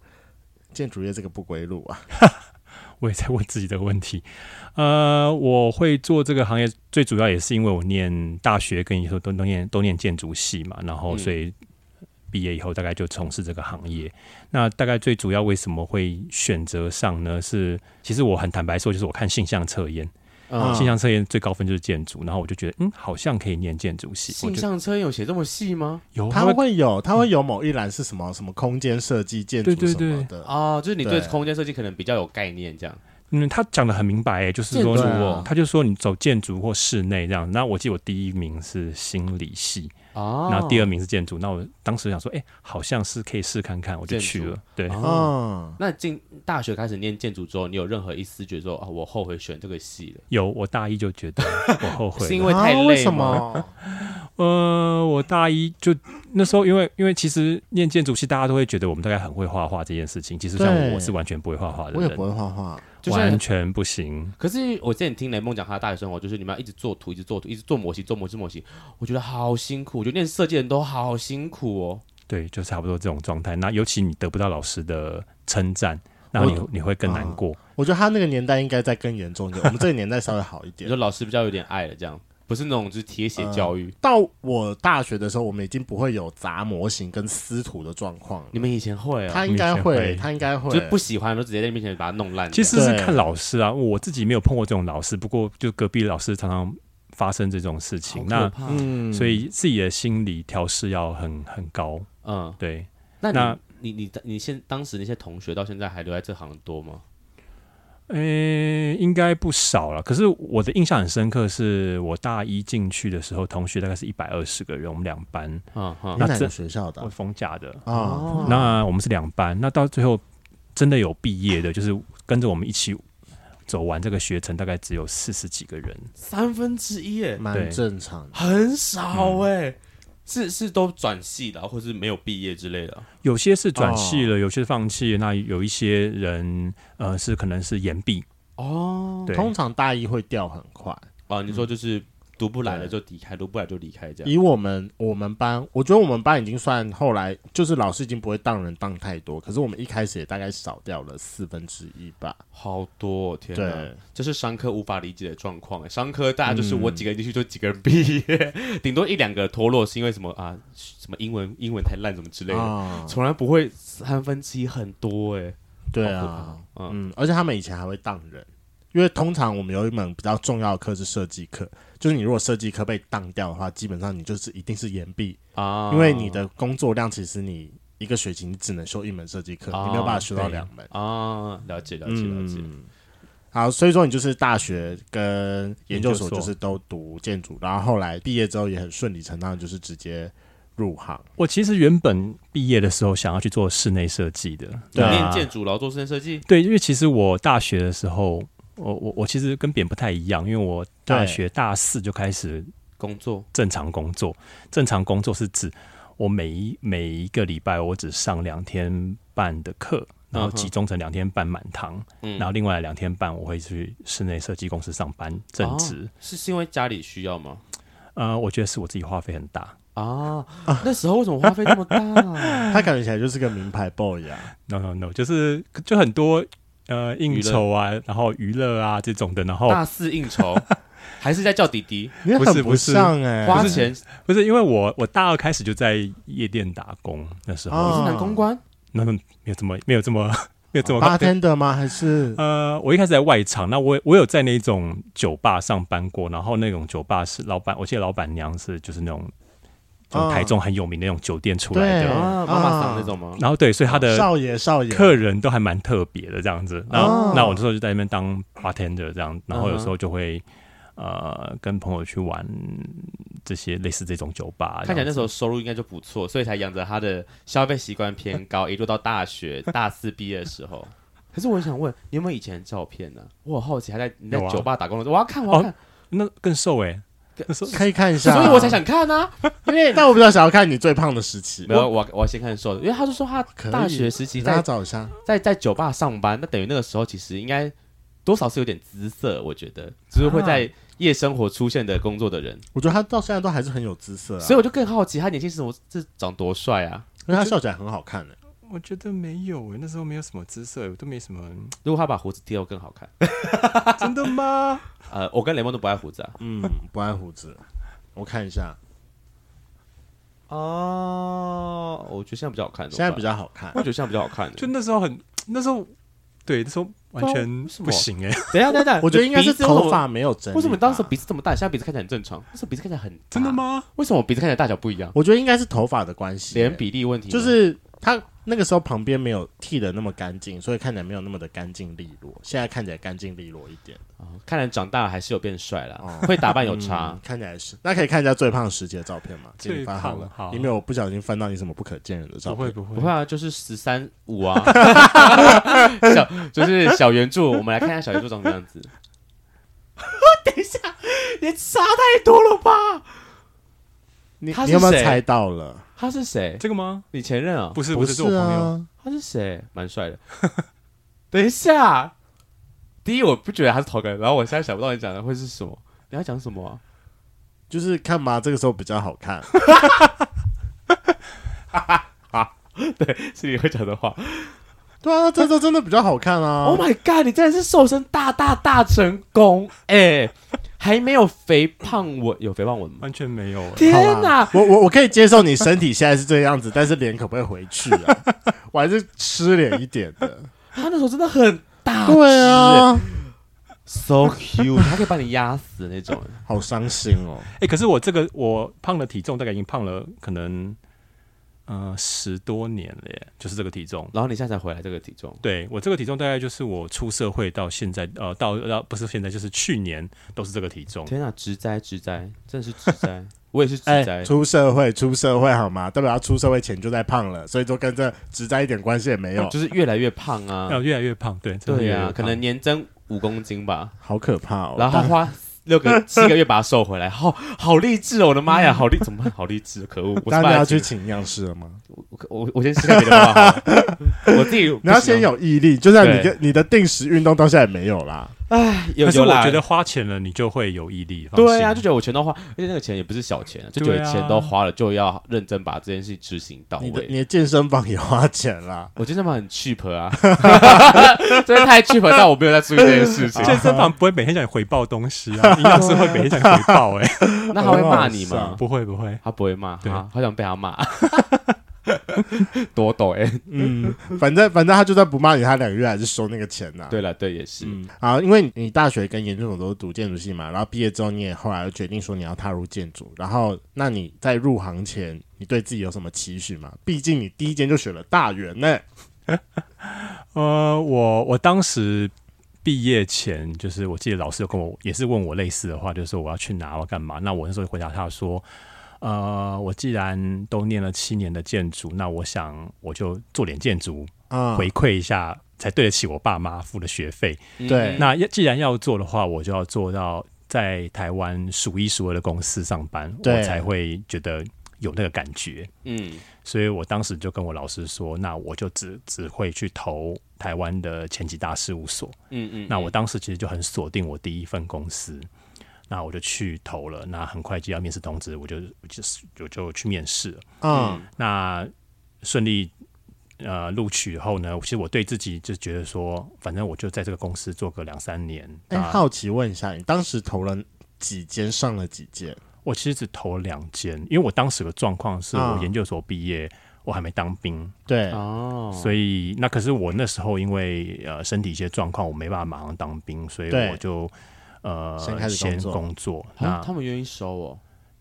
建筑业这个不归路啊？
我也在问自己的问题。呃，我会做这个行业，最主要也是因为我念大学跟以后都都念都念建筑系嘛，然后
嗯
所以毕业以后大概就从事这个行业。那大概最主要为什么会选择上呢？是其实我很坦白说，就是我看性向测验，
啊
嗯
性向测验最高分就是建筑，然后我就觉得嗯，好像可以念建筑系，我
性
就
向车有写这么细吗？
有
它
会
会有，它会有某一栏是什么什么空间设计、建筑
对对
什么的。
哦，就是你对
对
空间设计可能比较有概念，这样。
嗯，他讲的很明白、欸，就是说，
建筑啊
他就说你走建筑或室内这样。那我记得我第一名是心理系，
哦
然后第二，名是建筑。那我当时想说，哎、好像是可以试看看，我就去
建
了。对，
哦，
嗯，
那进大学开始念建筑之后，你有任何一丝觉得说啊，我后悔选这个系了？
有我大一就觉得我后悔
是因
了。
为太
啊
累
为什
吗
么？
呃，我大一就那时候，因为因为其实念建筑系，大家都会觉得我们大概很会画画这件事情。其实像
对
我是完全不会画画的
我也不
人，
会画画，
就
完
是。
全不行。
可是我之前听雷梦讲他的大学生活，就是你们要一直做图，一直做图，一直做模型，做模型，做模型，我觉得好辛苦。我觉得念设计的人都好辛苦哦。
对，就差不多这种状态。那尤其你得不到老师的称赞，然后你你会更难
啊
过。
我觉得他那个年代应该再更严重一点，我们这个年代稍微好一
你
点
说。老师比较有点爱了，这样不是那种就是铁血教育。
到我大学的时候，我们已经不会有砸模型跟撕图的状况了。
你们以前会啊、
他应该
你以前会
会，他应该会
就。是不喜欢都直接在你面前把它弄烂这
其
样。
实是
对
看老师啊，我自己没有碰过这种老师，不过就隔壁老师常常发生这种事情，
好可
那
怕
嗯
所以自己的心理调试要很很高。
嗯，
对，
那你
那
你你你现当时那些同学到现在还留在这行多吗？
呃、应该不少了。可是我的印象很深刻，是我大一进去的时候，同学大概是一百二十个人，我们两班，
嗯
你
嗯，
哪个
这
学校的
我哦封假的，
啊？
那我们是两班，那到最后真的有毕业的，就是跟着我们一起走完这个学程，大概只有四十几个人。
三分之一哎，
蛮
对
正常的。
很少哎、是是都转系的，啊或是没有毕业之类的。啊
有些是转系
哦
了，有些放弃了，那有一些人呃是可能是延毕，
哦
对，
通常大一会掉很快。
啊，你说
嗯
就是读不来了就离开，读不来就离开这样。
以我们我们班，我觉得我们班已经算后来就是老师已经不会当人当太多，可是我们一开始也大概少掉了四分之一吧。
好多、哦、天
啊
哪
对！嗯
这是商科无法理解的状况欸。商科大家就是我几个人进去就几个人毕业， 顶多一两个脱落是因为什么啊？什么英文英文太烂什么之类的，
啊，
从来不会三分之一很多哎、
对啊
好，可怕嗯
嗯，而且他们以前还会当人，因为通常我们有一门比较重要的课是设计课，就是你如果设计课被当掉的话，基本上你就是一定是延毕，
啊，
因为你的工作量其实你一个学期你只能修一门设计课，
啊
你没有办法修到两门。
啊，了解了解了解，
嗯好，所以说你就是大学跟研究所
研究所
就是都读建筑，然后后来毕业之后也很顺理成章，就是直接入行？
我其实原本毕业的时候想要去做室内设计的，
对啊
念建筑，然后做室内设计，
对，因为其实我大学的时候，我我我其实跟别人不太一样，因为我大
对
学大四就开始
工作
正常工作。正常工作是指我每一每一个礼拜我只上两天半的课，然后
嗯哼
集中成两天半满堂，
嗯
然后另外两天半我会去室内设计公司上班正职。
是是因为家里需要吗？
呃，我觉得是我自己花费很大。
啊，那时候为什么花费那么 大？
他感觉起来就是个名牌 boy 啊，
No No No，就是就很多呃应酬啊，然后娱乐啊这种的，然后
大四应酬，还是在叫弟弟
你
不
很
是不是
像哎、
花钱？
不是因为我我大二开始就在夜店打工，那时候
哦
你是男公关，
那、没有这么没有这么 没有这么
哦八天的吗？还是
呃，我一开始在外场，那我我有在那种酒吧上班过，然后那种酒吧是老板，我记得老板娘是就是那种从
嗯
台中很有名的那种酒店出来
对哦
的，
啊，妈妈桑那种吗？
然后对，所以他的
少爷少爷？
客人都还蛮特别的这样子。那、
哦
那我那时候就在那边当 bartender 这样，然后有
嗯哼
时候就会。呃，跟朋友去玩这些类似这种酒吧，
看起来那时
候
候收入应该就不错，所以才养着他的消费习惯偏高，一路到大 学大四毕业的时候。可是我想问，你有没有以前的照片呢、我很好奇，还在你在
有啊
酒吧打工的时候，我要看，我要看，
那更瘦哎、那时候
可以看一下、
所以我才，想看呢、
因为但我比较想要看你最胖的时期。
没有，我我要先看瘦的，因为他就说他
可以
大学时期
你大家
在
找一下，
在在酒吧上班，那等于那个时候其实应该多少是有点姿色，我觉得，就是会在夜生活出现的工作的人，
我觉得他到现在都还是很有姿色啊，
所以我就更好奇他年轻时候这长多帅啊！
因为他笑起来很好看的、欸
我觉得没有哎、那时候没有什么姿色，我都没什么，
如果他把胡子剃掉更好看。
真的吗？
呃，我跟雷蒙都不爱胡子啊。
嗯，不爱胡子，我看一下，
哦，我觉得现在比较好看。
现在比
较，
较好看
我。觉得现在比较好看。
就那时候很，那时候对那时候完全
不知道为什么
不行哎、
等一下，等一下，
我觉得应该是
你的鼻子为什么
头。发没有整理吧。
为什么你当时鼻子这么大？现在鼻子看起来很正常，那时候鼻子看起来很大
真的？吗？
为什么我鼻子看起来大小不一样？
我觉得应该是头发的关系、欸
脸比例问题吗
就是他那个时候旁边没有剃的那么干净，所以看起来没有那么的干净利落。现在看起来干净利落一点，
哦看来长大了还是有变帅了
哦，
会打扮有差
嗯。看起来是。那可以看一下最胖时期的照片吗？
最
请你翻好了，
胖好
因为我不小心翻到你什么不可见人的照
不
片
会。不会
不会啊，就是十三五 啊，小就是小圆柱，我们来看一下小圆柱长什么样子。 等一下，你差太多了吧？
你
他是
你有没有
谁
猜到了？
他是谁？
这个吗？
你前任啊？
不是
不
是，
是
是我朋友。
啊，
他是谁？蛮帅的。 等一下，第一我不觉得他是头梗，然后我现在想不到你讲的会是什么。你要讲什么啊、
就是看嘛，这个时候比较好看。
是你会讲的话。
对啊，这周真的比较好看啊。
oh my god！你真的是瘦身大大大成 功哎、还没有肥胖纹，有肥胖纹吗？
完全没有、欸，
天
好
哪、
啦我我我可以接受你身体现在是这样子，但是脸可不可以回去啊？ 我还是吃脸一点 的。
他那时候真的很大、
对啊，
，so cute，他可以把你压死那 种。
好伤心哦。
哎、可是我这个我胖的体重大概已经胖了可能呃十多年了耶，就是这个体重。
然后你现在才回来这个体重，
对我这个体重大概就是我出社会到现在，呃，到到不是现在就是去年都是这个体重。
天哪、直栽直栽，真的是直栽，我也是直
哎、
栽。
出社会出社会好吗？代表他出社会前就在胖了，所以就跟这直在一点关系也没有，
哦就是越来越胖啊，
要越来越胖，对，真的
对
越来越
啊，
胖
可能年增五公斤吧，
好可怕哦。
然后他 花六个七个月把它瘦回来，好好励志哦！我的妈呀，好励怎么办？好励志，可 恶！我
大
是
家
把
要
它
去请营养师了吗？
我我我先试看别的方法好了，我自己啊
你要先有毅力，就像你
对
跟你的定时运动到现在也没有啦。
哎， 有
可是
有
我
啦
觉得花钱了，你就会有毅力。放
对
心
啊，就觉得我钱都花，而且那个钱也不是小钱啊，就觉
对
得
啊
钱都花了，就要认真把这件事执行到
你的
位。
你的健身房也花钱啦，
我健身房很 cheap 啊，真的太 cheap，了但我没有在注意这件事情。
健 身房不会每天想回报东西啊，营养师会每天想回报、欸，哎，
那他会骂你
很好
吗？
不会不会，
他不会骂，
对
好好想被他 骂。多抖哎、
嗯， 反正反正他就算不骂你，他两个月还是收那个钱呐、
对了，对也是，
嗯，好，因为你你大学跟研究所都是读建筑系嘛，然后毕业之后你也后来又决定说你要踏入建筑，然后那你在入行前，你对自己有什么期许吗？毕竟你第一间就选了大园呢、
呃，我我当时毕业前，就是我记得老师有跟我也是问我类似的话，就是说我要去哪，我要干嘛。那我那时候回答他说，呃，我既然都念了七年的建筑，那我想我就做点建筑
啊，
回馈一下，才对得起我爸妈付的学费。
嗯
对
那要既然要做的话，我就要做到在台湾数一数二的公司上班，
对
我才会觉得有那个感觉。
嗯
所以我当时就跟我老师说，那我就只只会去投台湾的前几大事务所。
嗯嗯，
那我当时其实就很锁定我第一份公司，那我就去投了。那很快接到面试通知，我就我就是我就去面试了。
嗯
那顺利呃录取后呢，其实我对自己就觉得说，反正我就在这个公司做个两三年。
哎、
那
好奇问一下，你当时投了几间，上了几间？
我其实只投了两间，因为我当时的状况是我
嗯
研究所毕业，我还没当兵，
对，
哦，
所以那可是我那时候因为呃身体一些状况，我没办法马上当兵，所以
对
我就呃
先开始工
先
作
工作。
啊
那
他们愿意收哦，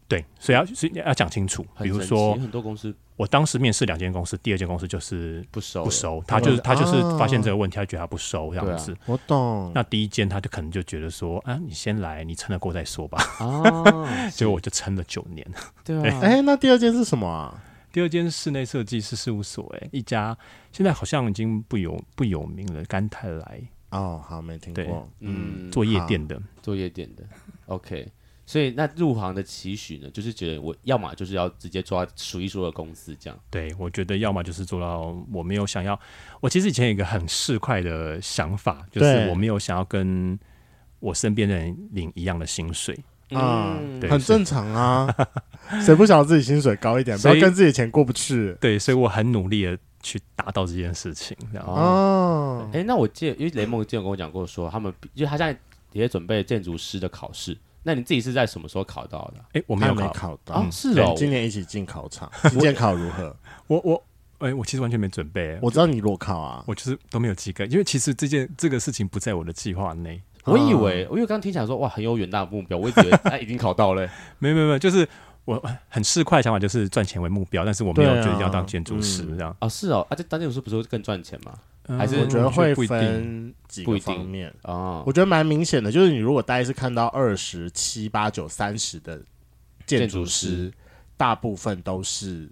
对，所以要所以要讲清楚，
很
比如
神奇
说
很多公司
我当时面试两间公司，第二间公司就是
不收
不
了，
收，他就是他就是
啊
发现这个问题，他觉得他不收这样子。
我懂。
那第一间他就可能就觉得说啊，你先来，你撑得过再 说吧。
啊，
结果我就撑了九年。
对啊，
哎、那第二间是什么啊？
第二间室内设计师事务所、哎，一家现在好像已经不有不有名了，甘泰来，
哦，好，没听
对
过。嗯，
嗯，
做夜店的。
做夜店的，OK。所以那入行的期许呢，就是觉得我要么就是要直接抓数一数二的公司这样，
对，我觉得要么就是做到我没有想要，我其实以前有一个很市侩的想法，就是
对
我没有想要跟我身边的人领一样的薪水。
啊
嗯
对
很正常啊，谁不想要自己薪水高一点？不
所
要
以
跟自己的钱过不去
对，所以我很努力的去达到这件事情。然后，
哦
哦。
哎、那我记得，因为雷蒙之前跟我讲过说，他们因为他现在也准备建筑师的考试，那你自己是在什么时候考到的？
哎、我没
还
有
没
考，
考到，
啊，是
对
哦，
今年一起进考场，你监考如 何？
我我哎、我其实完全没准备，我
我知道你裸考啊，
我就是都没有及格，因为其实这件这个事情不在我的计划内。
我以为，因为刚刚听起来说哇很有远大的目标，我以为他已经考到了、欸
没有没有没有，就是我很市侩的想法，就是赚钱为目标，但是我没有
对啊
觉得要当建筑师这样。
啊，是哦，啊，这当建筑师不是会更赚钱吗？
嗯
还是
我觉得会
不一定。
分几
不
个
一定
方面。
啊，
我觉得蛮明显的，就是你如果大概是看到二十七、八九、三十的建筑
建筑
师，大部分都是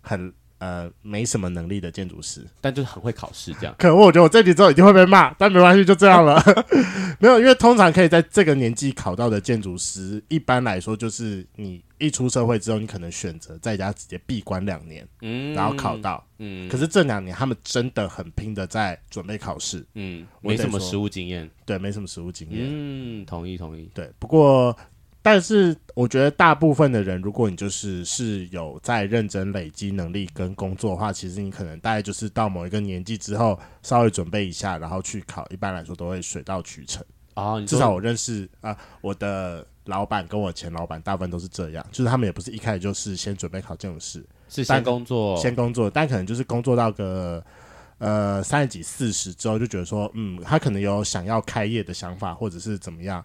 很呃没什么能力的建筑师。
但就是很会考试这样。
可恶，我觉得我这集之后一定会被骂，但没关系，就这样了。 没有，因为通常可以在这个年纪考到的建筑师，一般来说就是你一出社会之后，你可能选择在家直接闭关两年，
嗯
然后考，到。
嗯，
可是这两年他们真的很拼的在准备考试，
嗯，
我
没
得
什么
说
实务经验。
对，没什么实务经验。
嗯，同意同意。
对，不过，但是我觉得大部分的人，如果你就是是有在认真累积能力跟工作的话，其实你可能大概就是到某一个年纪之后，稍微准备一下，然后去考，一般来说都会水到渠成。
哦，你
至
说
少我认识啊、呃我的老板跟我前老板大部分都是这样，就是他们也不是一开始就是先准备考建筑师，
是
但
先工作，
先工作，但可能就是工作到个呃三十几、四十之后，就觉得说，嗯，他可能有想要开业的想法，或者是怎么样，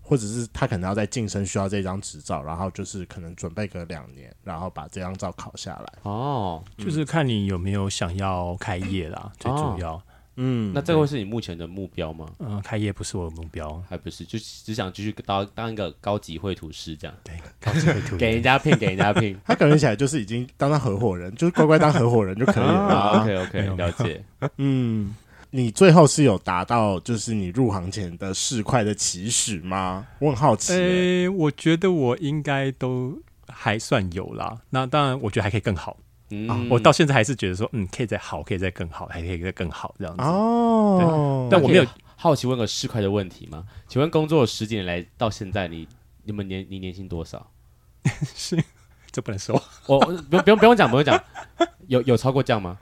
或者是他可能要在晋升需要这张执照，然后就是可能准备个两年，然后把这张照考下来。
哦，
就是看你有没有想要开业啦，最
哦
主要，
嗯，。
那这会是你目前的目标吗？
嗯、开业不是我的目标，
还不是，就只想继续当当一个高级绘图师这样，
对，靠这个图
给人家聘，给人家聘
他感觉起来就是已经当当合伙人，就是乖乖当合伙人就 可以了。
啊 OK OK，
没有没有
了解。
嗯，你最后是有达到就是你入行前的市侩的期许吗？我很好奇、
呃、
欸
我觉得我应该都还算有啦。那当然，我觉得还可以更好。
嗯，
我到现在还是觉得说，嗯，可以再好，可以再更好，还可以再更好这样子。
啊
哦，
但我没有
可以好奇问个市侩的问题吗？请问工作十几年来到现在，你你们年你年薪多少？
这不能说。
我我不用不用不用讲不用讲，有有超过这样吗？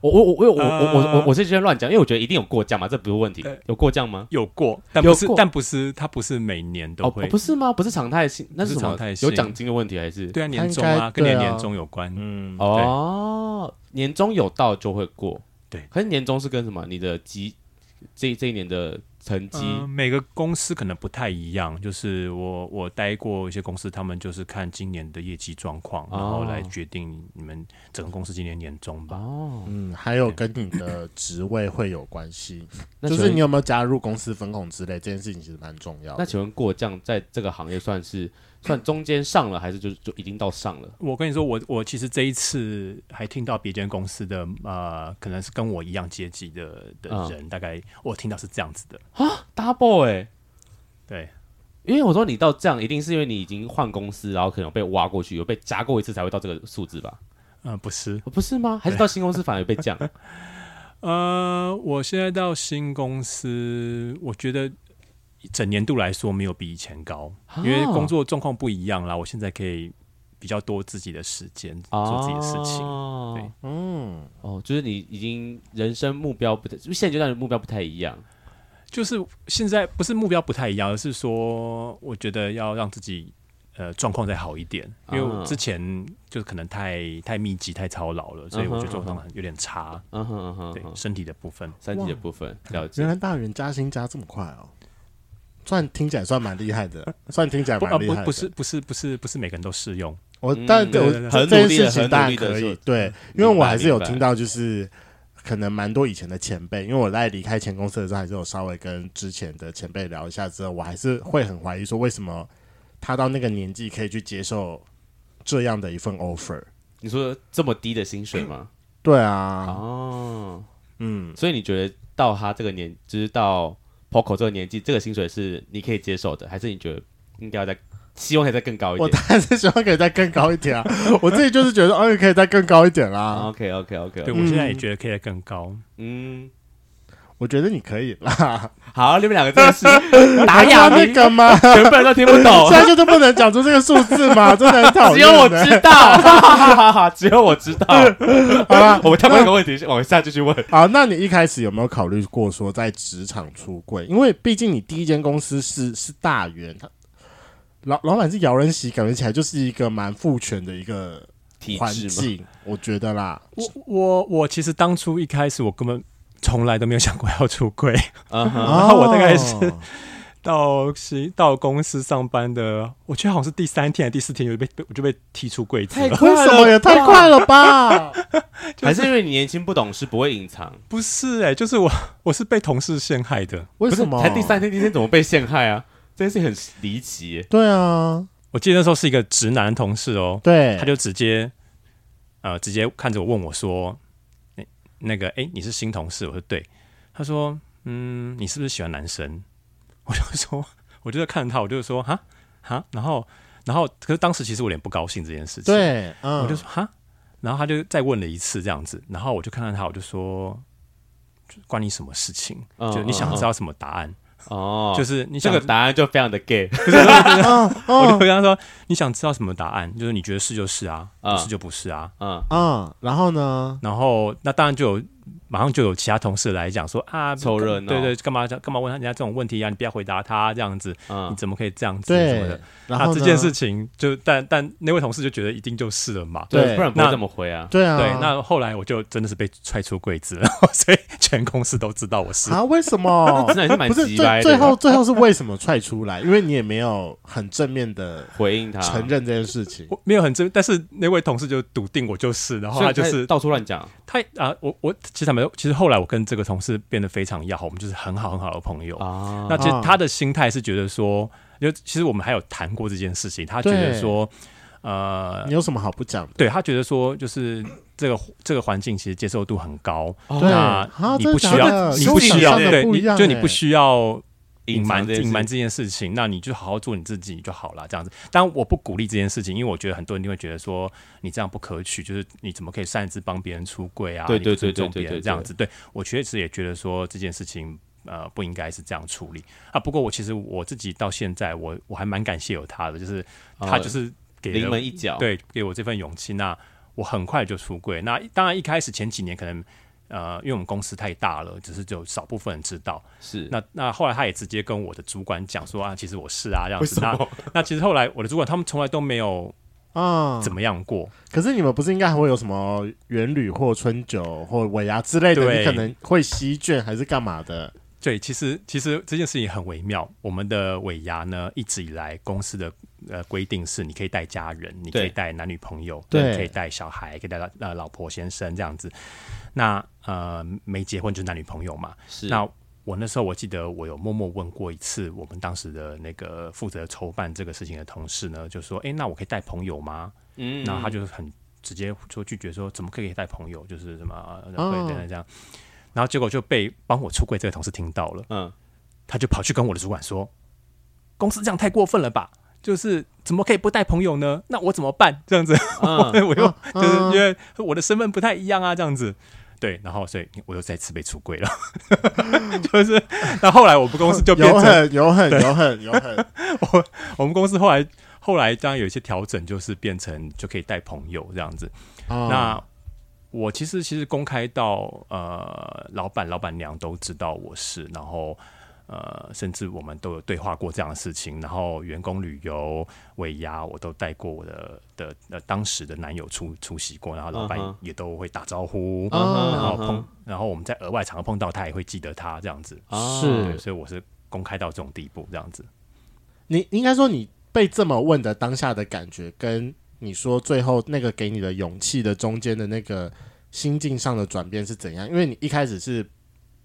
我我我我我我我我我是觉得乱讲，因为我觉得一定有过降嘛，这不是问题
呃。
有过降吗？
有过，但不是
有，过
但不是，它不是每年都
哦，
会。
不是吗？不是常态性，那是什
不是
么
常态？性
有奖金的问题还是？
对啊，年终
应该
啊，跟你的
对啊
年终有关。
嗯，
哦，年终有到就会过。
对
可是年终是跟什么？你的绩这这一年的成绩，
嗯每个公司可能不太一样，就是我我待过一些公司，他们就是看今年的业绩状况，然后来决定你们整个公司今年年终吧。
哦，
嗯，还有跟你的职位会有关系，
那
就
请
是
问
你有没有加入公司分红之类，这件事情其实蛮重要
那
的。
请问过降在这个行业算是算中间上了，还是就就已经到上了？
我跟你说，我我其实这一次还听到别间公司的呃，可能是跟我一样阶级的的
嗯
人，大概我听到是这样子的，
double
欸
哎、
对，
因为我说你到这样，一定是因为你已经换公司，然后可能被挖过去，有被加过一次才会到这个数字吧？
嗯、不是，
哦不是吗？还是到新公司反而被降？
呃，我现在到新公司，我觉得整年度来说没有比以前高，
啊
因为工作状况不一样啦，我现在可以比较多自己的时间
啊
做自己的事情。
哦
对
嗯，
哦，就是你已经人生目标不太，就现阶段的目标不太一样。
就是现在不是目标不太一样，而是说我觉得要让自己呃状况再好一点，因为我
啊
之前就是可能太太密集、太操劳了，所以我觉得状
嗯
况有点差。
嗯哼嗯哼，嗯
对
哼
身体的部分，
三级的部分了解
原。来大元加薪加这么快哦，算听起来算蛮厉害的，算听起来
不
蛮
啊
厉
不
害的。
不是不是不是不是每个人都适用。
我
嗯，
但
对
我
对对
这
很
件
努力的
事情
很
当
努
然
力的
可以
说，嗯
对，因为我还是有
明白
听到就是。可能蛮多以前的前辈，因为我在离开前公司的时候，还是有稍微跟之前的前辈聊一下，之后我还是会很怀疑说，为什么他到那个年纪可以去接受这样的一份 offer？
你说这么低的薪水吗？
对啊，
哦，
嗯，
所以你觉得到他这个年，就是到 Poco 这个年纪，这个薪水是你可以接受的，还是你觉得应该要再希望可以再更高一
我
点
当然是希望可以再更高一点 啊，我自己就是觉得，哦，可以再更高一点啦、
？OK OK OK，
对我现在也觉得可以再更高。
嗯，
我觉得你可以啦，
好，你们两个真的是
打
哑
那
谜
个 吗？
全部人都听不 懂
现，在就是不能讲出这个数字 嘛，真的很讨厌。
只有我知道，哈哈哈 哈，只有我知道。
好啦，
我们跳过这个问题，往下继续问。
好，那你一开始有没有考虑过说在职场出柜？因为毕竟你第一间公司是是大元，他老老板是姚仁喜，感觉起来就是一个蛮父权的一个
体
环
制嘛，
境，我觉得啦。
我我我其实当初一开始我根本从来都没有想过要出柜，
嗯哼，
然
后我大概是
哦
到西到公司上班的，我觉得好像是第三天还是第四天就被被我就被踢出柜子了。
为什么也太快了吧？
还是因为你年轻不懂事，不会隐藏。
不是哎、就是我我是被同事陷害的。
为
不是
什么？
才第三天，第一天怎么被陷害啊？这件事情很离奇耶。
对啊，
我记得那时候是一个直男同事哦，
对，
他就直接呃直接看着我问我说：“诶那个哎、诶你是新同事？”我说：“对。”他说：“嗯，你是不是喜欢男生？” 我就说，我就在看他，我就说：“哈哈。”然后然后可是当时其实我有点不高兴这件事情。
对，嗯，
我就说哈，然后他就再问了一次这样子，然后我就看看他，我就说就关你什么事情？
嗯
就你想
嗯
知道什么答案？
哦，
就是是你
这
想
个答嗯案就非常的 gay。
我就跟他说你想知道什么答案？就是你觉得是就是啊，
嗯
不是就不是啊。
嗯，
嗯，然后呢？
然后那当然就有马上就有其他同事来讲说啊，
凑热闹
对对，干嘛干嘛问人家这种问题啊？你不要回答他这样子，
嗯
你怎么可以这样子什么
对
的？，
然
那
后
啊这件
呢
事，情就但但那位同事就觉得一定就是了嘛，
对
对，不然不会
那
这么回啊。
对啊，
对，那后来我就真的是被踹出柜子了， 所以全公司都知道我是。
啊，为什 么？
真的是蛮
不是
急
最
掰的
最后最后是为什么踹出来？因为你也没有很正面的
回应他，
承认这件事情。
我没有很正，但是那位同事就笃定我就是，然后
所以哎
他
他
就是
到处乱讲。
他啊，我我其实他们其实后来我跟这个同事变得非常要好，我们就是很好很好的朋友。
啊
那其实
啊
他的心态是觉得说，就其实我们还有谈过这件事情，他觉得
对
说， 呃
你，有什么好不讲的？
对他觉得说，就是这个这个环境其实接受度很高，
对
哦
那
啊，
你
真
不
的
需
假
要，
的？
你
跟
不
我
需
想
要
需要，
象的
对，
不一
你
样
就你
欸
不需要隐
藏
瞒
这件事
隐瞒这件事情，那你就好好做你自己就好了，这样子。当然我不鼓励这件事情，因为我觉得很多人一定会觉得说你这样不可取，就是你怎么可以擅自帮别人出柜啊？
对对
你不
对
尊
对
重别
对
人
对
这样子。对我确实也觉得说这件事情。呃，不应该是这样处理啊。不过我其实我自己到现在，我我还蛮感谢有他的，就是他
哦
就是给
临
了
门一脚。，
对，给我这份勇气，那我很快就出柜。那当然一开始前几年可能。呃，因为我们公司太大了，只是只有少部分人知道。
是
那那后来他也直接跟我的主管讲说啊，其实我是啊这样
为
子。
什
那
么？
那其实后来我的主管他们从来都没有
啊
怎。么样过，
嗯
可是你们不是应该还会有什么元旅或春酒或尾牙之类的？
对
你可能会席卷还是干嘛的？
对，其实其实这件事情很微妙。我们的尾牙呢，一直以来公司的呃规定是，你可以带家人，你可以
对
带男女朋友，
对
你可以带小孩，可以带老呃老婆先生这样子。那呃没结婚就是男女朋友嘛。
是
那我那时候我记得我有默默问过一次，我们当时的那个负责筹办这个事情的同事呢，就说：“诶，那我可以带朋友吗？”
嗯
然后他就很直接说拒绝说：“怎么可以带朋友？就是什么呃
哦
会等等这样。”然后结果就被帮我出柜这个同事听到了，
嗯，
他就跑去跟我的主管说：“公司这样太过分了吧？就是怎么可以不带朋友呢？那我怎么办？”这样子，
嗯
我又就
嗯
是因为我的身份不太一样啊，这样子。对，然后所以我又再次被出柜了， 就是那后来我们公司就变
有欸
成
很有很有很有 很，啊
我们公司后来后来当然有一些调整，就是变成就可以带朋友这样子。
那
哦
那我其实其实公开到呃，老板老板娘都知道我是，然后呃，甚至我们都有对话过这样的事情，然后员工旅游、尾牙，我都带过我的的呃当时的男友出出席过，然后老板
嗯哼
也都会打招呼，
嗯哼
然后碰，
嗯
然后我们在额外场合碰到他也会记得他这样子，
哼
是
对，所以我是公开到这种地步这样子。
你应该说你被这么问的当下的感觉，跟你说最后那个给你的勇气的中间的那个心境上的转变是怎样？因为你一开始是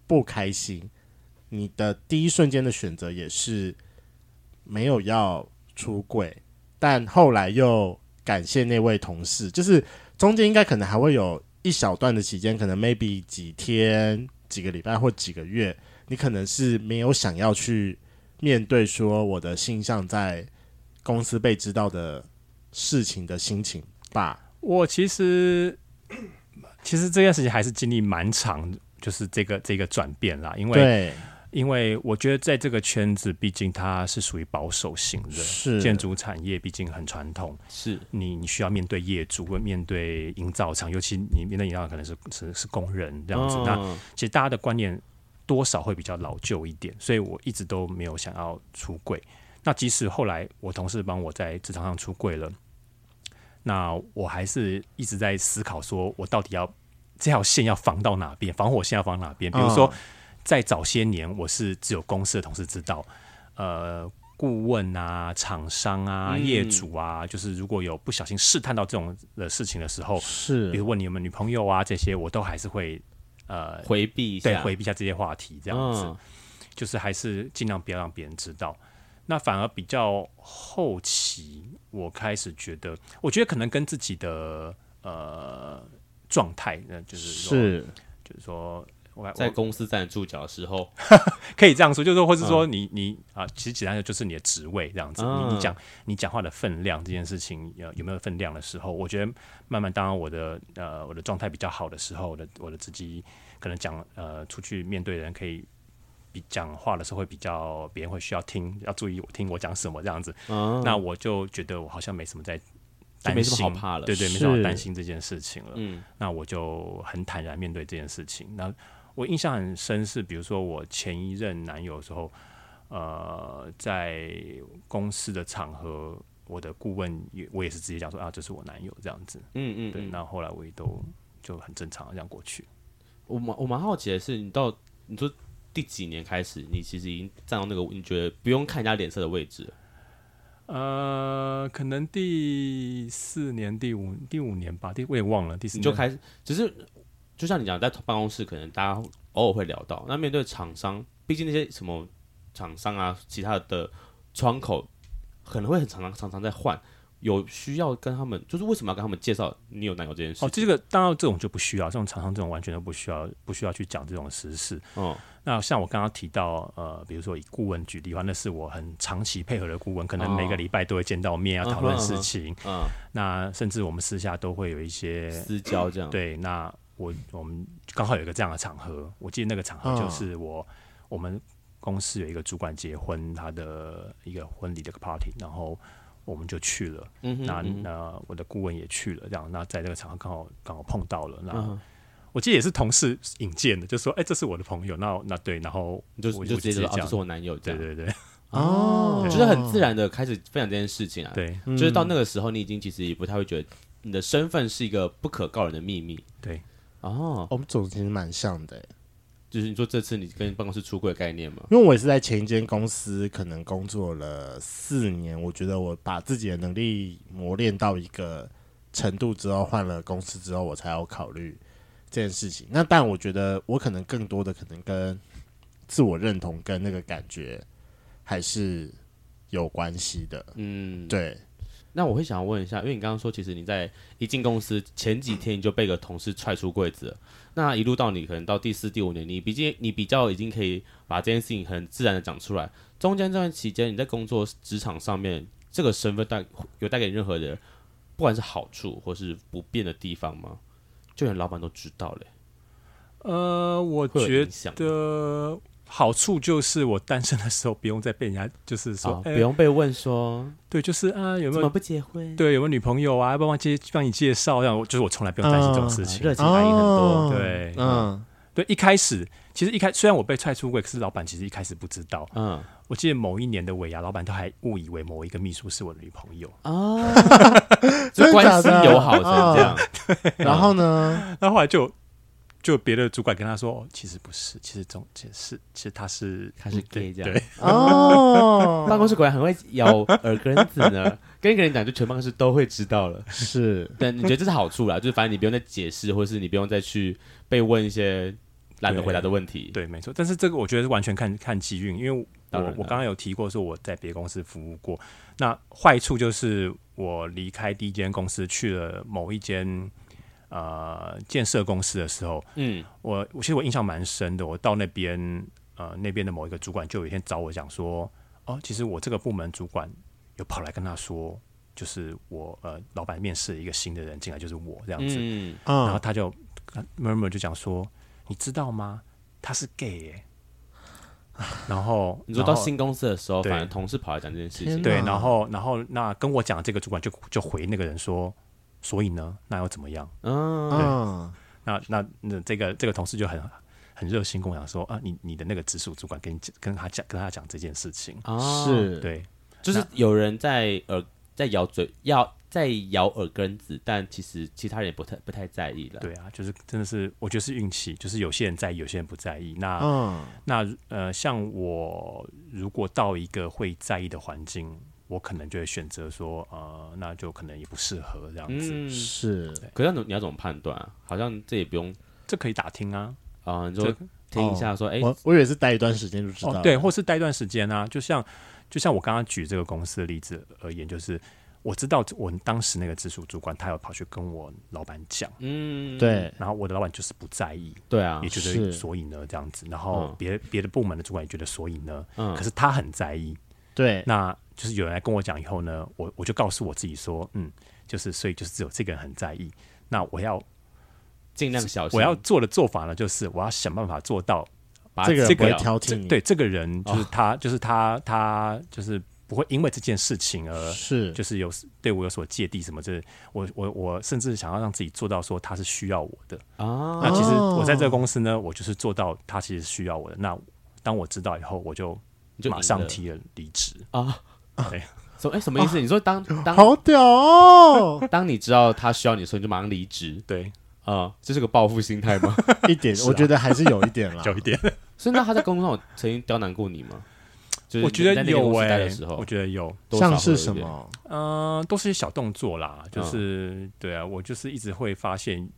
不开心，你的第一瞬间的选择也是没有要出柜，但后来又感谢那位同事，就是中间应该可能还会有一小段的期间，可能 maybe 几天、几个礼拜或几个月，你可能是没有想要去面对说我的性向在公司被知道的事情的心情吧。
我其实其实这件事情还是经历蛮长，就是这个这个转变啦，因为
对，
因为我觉得在这个圈子，毕竟它是属于保守型的。
是
建筑产业毕竟很传统，
是
你你需要面对业主，会面对营造厂，尤其你面对营造厂可能是是是工人这样
哦
子。那
嗯
其实大家的观念多少会比较老旧一点，所以我一直都没有想要出柜。那即使后来我同事帮我在职场上出柜了，那我还是一直在思考，说我到底要这条线要防到哪边，防火线要防哪
嗯
边？比如说，在早些年，我是只有公司的同事知道，呃。顾问啊，厂商啊，
嗯
业主啊，就是如果有不小心试探到这种的事情的时候，比
嗯是
如问你有没有女朋友啊，这些我都还是会呃
回避一下，
对，回避一下这些话题，这样子、
嗯
就是还是尽量不要让别人知道。那反而比较后期，我开始觉得，我觉得可能跟自己的呃状态，那就是说，
是哦
就是说。我
在
我
公司站得住脚的时候，
可以这样说，就是说，或是说你、你啊，其实简单的就是你的职位这样子，
嗯
你你讲你讲话的分量这件事情有有没有分量的时候，我觉得慢慢，当然我的呃我的状态比较好的时候，我的我的自己可能讲呃出去面对人可以。比讲话的时候会比较，别人会需要听，要注意我听我讲什么这样子。
嗯
那我就觉得我好像没什么在
就
担心，
没什么好怕了
对对，没什
是
么好担心这件事情了。
嗯
那我就很坦然面对这件事情。那我印象很深是，比如说我前一任男友的时候，呃，在公司的场合，我的顾问也我也是直接讲说啊，这是我男友这样子。
嗯嗯，
对，
嗯
那后来我也都就很正常地这样过去。
我蛮我蛮好奇的是，你到你说第几年开始，你其实已经站到那个你觉得不用看人家脸色的位置了，
呃，可能第四年、第五、第五年吧，第我也忘了，第四
你
年
就开始，只是就像你讲，在办公室可能大家偶尔会聊到，那面对厂商，毕竟那些什么厂商啊，其他的窗口可能会很常常常常在换，有需要跟他们，就是为什么要跟他们介绍你有男友这件事？
哦，这个当然这种就不需要，这种厂商这种完全都不需要，不需要去讲这种实事。
哦，
那像我刚刚提到，呃，比如说以顾问举例的话，那是我很长期配合的顾问，可能
哦
每个礼拜都会见到面，要讨论事情。
嗯，
那甚至我们私下都会有一些
私交这样，，
对。那我我们刚好有一个这样的场合，我记得那个场
嗯
合就是我、我们公司有一个主管结婚，他的一个婚礼的一个 party，然后我们就去了。
嗯哼，
那
嗯哼
那我的顾问也去了，这样那在这个场合刚好刚好碰到了，那、
嗯
我记得也是同事引荐的，就说哎、这是我的朋友，那那对，然后
你就
我
你就
我
直接说
这
啊，
样
这是我男友这
对
样，
对对
哦
我觉得很自然的开始分享这件事情啊，
对
就是到那个时候，你已经其实也不太会觉得你的身份是一个不可告人的秘密
对，
哦。
我们总其实蛮像的欸、
就是你说这次你跟办公室出柜的概念嘛，
因为我也是在前一间公司可能工作了四年，我觉得我把自己的能力磨练到一个程度之后，换了公司之后，我才要考虑这件事情。那但我觉得我可能更多的可能跟自我认同跟那个感觉还是有关系的。
嗯，。
对，
那我会想问一下，因为你刚刚说，其实你在一进公司前几天你就被个同事踹出柜子了，那一路到你可能到第四、第五年，你毕竟你比较已经可以把这件事情很自然的讲出来。中间这段期间，你在工作职场上面，这个身份带有带给你任何的，不管是好处或是不便的地方吗？就连老板都知道嘞、
呃，我
会有
觉
影响吗
得好处就是我单身的时候不用再被人家就是说
啊，，
哎
不用被问说
对，就是啊，有
怎
没
么
有
不结婚，
对有没有女朋友啊？帮忙介帮你介绍，这样我就是我从来不用担心这种
嗯
事
啊
情。
热情反应很多，
哦
对，嗯，
嗯
对，一开始其实一开虽然我被踹出柜，可是老板其实一开始不知道。
嗯
我记得某一年的尾牙，老板都还误以为某一个秘书是我的女朋友，
啊，
真
就
的
关
假
系
的
友好成这样。
然后 呢？
那后来就就别的主管跟他说，哦，其实不是，其实总其实是其实他是
他是
嗯对
gay 这样
对，
哦，
办公室果然很会咬耳根子 呢，跟一个人讲，就全办公室都会知道了。
是
但你觉得这是好处啦，就是反正你不用再解释，或是你不用再去被问一些懒得回答的问题。
对，没错。但是这个我觉得是完全看看机运，因为我
当然
我
了
刚刚有提过说我在别公司服务过，那坏处就是我离开第一间公司去了某一间呃建设公司的时候，
嗯，
我我其实我印象蛮深的，我到那边呃那边的某一个主管就有一天找我讲说，哦，其实我这个部门主管有跑来跟他说。就是我呃，老板面试一个新的人进来，就是我这样子。
嗯，
然后
嗯，
他就呃 murmur 就讲说，你知道吗？他是 gay 耶、然后
你说到
然后
新公司的时候，
对
反正同事跑来讲这件事
天
情，
哪
对，然后然后那跟我讲的这个主管就就回那个人说，所以呢，那又怎么样？
嗯，
嗯，
那那那这个这个同事就很很热心跟我讲说啊，你你的那个直属主管跟你讲跟他讲跟他讲这件事情，
哦，
是，
对
就是有人在耳在咬嘴，要在咬耳根子，但其实其他人也不太不太在意了。
对啊，就是真的是我觉得是运气，就是有些人在意，有些人不在意。那、
嗯，
那呃，像我如果到一个会在意的环境，我可能就会选择说，呃，那就可能也不适合这样子。
嗯，
是，
可是你要怎么判断啊？好像这也不用
这可以打听啊，
啊，你说
这
听一下说，哎，
我我以为是待一段时间就知道了，
哦，对，或是待一段时间啊，就像就像我刚刚举这个公司的例子而言，就是我知道我当时那个直属主管，他有跑去跟我老板讲，
嗯，
对，
然后我的老板就是不在意，
对啊
也，觉
是
得所以呢这样子，然后
嗯
别、别的部门的主管也觉得所以呢，
嗯
可是他很在意，
对，
那就是有人来跟我讲以后呢，我我就告诉我自己说，嗯，就是所以就是只有这个人很在意。那我要
尽量小心。
我要做的做法呢，就是我要想办法做到
把它
这个人
吃
不会
掉
挑
这
剔你，
对这个人
哦
就是他、就是他他就是不会因为这件事情而
是，
就是有对我有所芥蒂什么这我我我甚至想要让自己做到说他是需要我的。
啊，
那其实
哦
我在这个公司呢，我就是做到他其实是需要我的。那当我知道以后，我就
你就
马
赢
上
了
提了离职。
啊
对。
什么？哎，什么意思？你说当当
好屌哦，
当你知道他需要你的时候，你就马上离职
对，
啊？这是个报复心态吗？
一 点，
啊
我觉得还是有一点啦，
有一点。
所以那他在工作上有曾经刁难过你吗？就是
我觉
你在
得
那个
有
公司
哎、
待的时候
我，觉得有，
多少
像
会
是
有一
什
点？
么，
嗯、都是一些小动作啦，
嗯
就是、对啊，我就是一直会发现，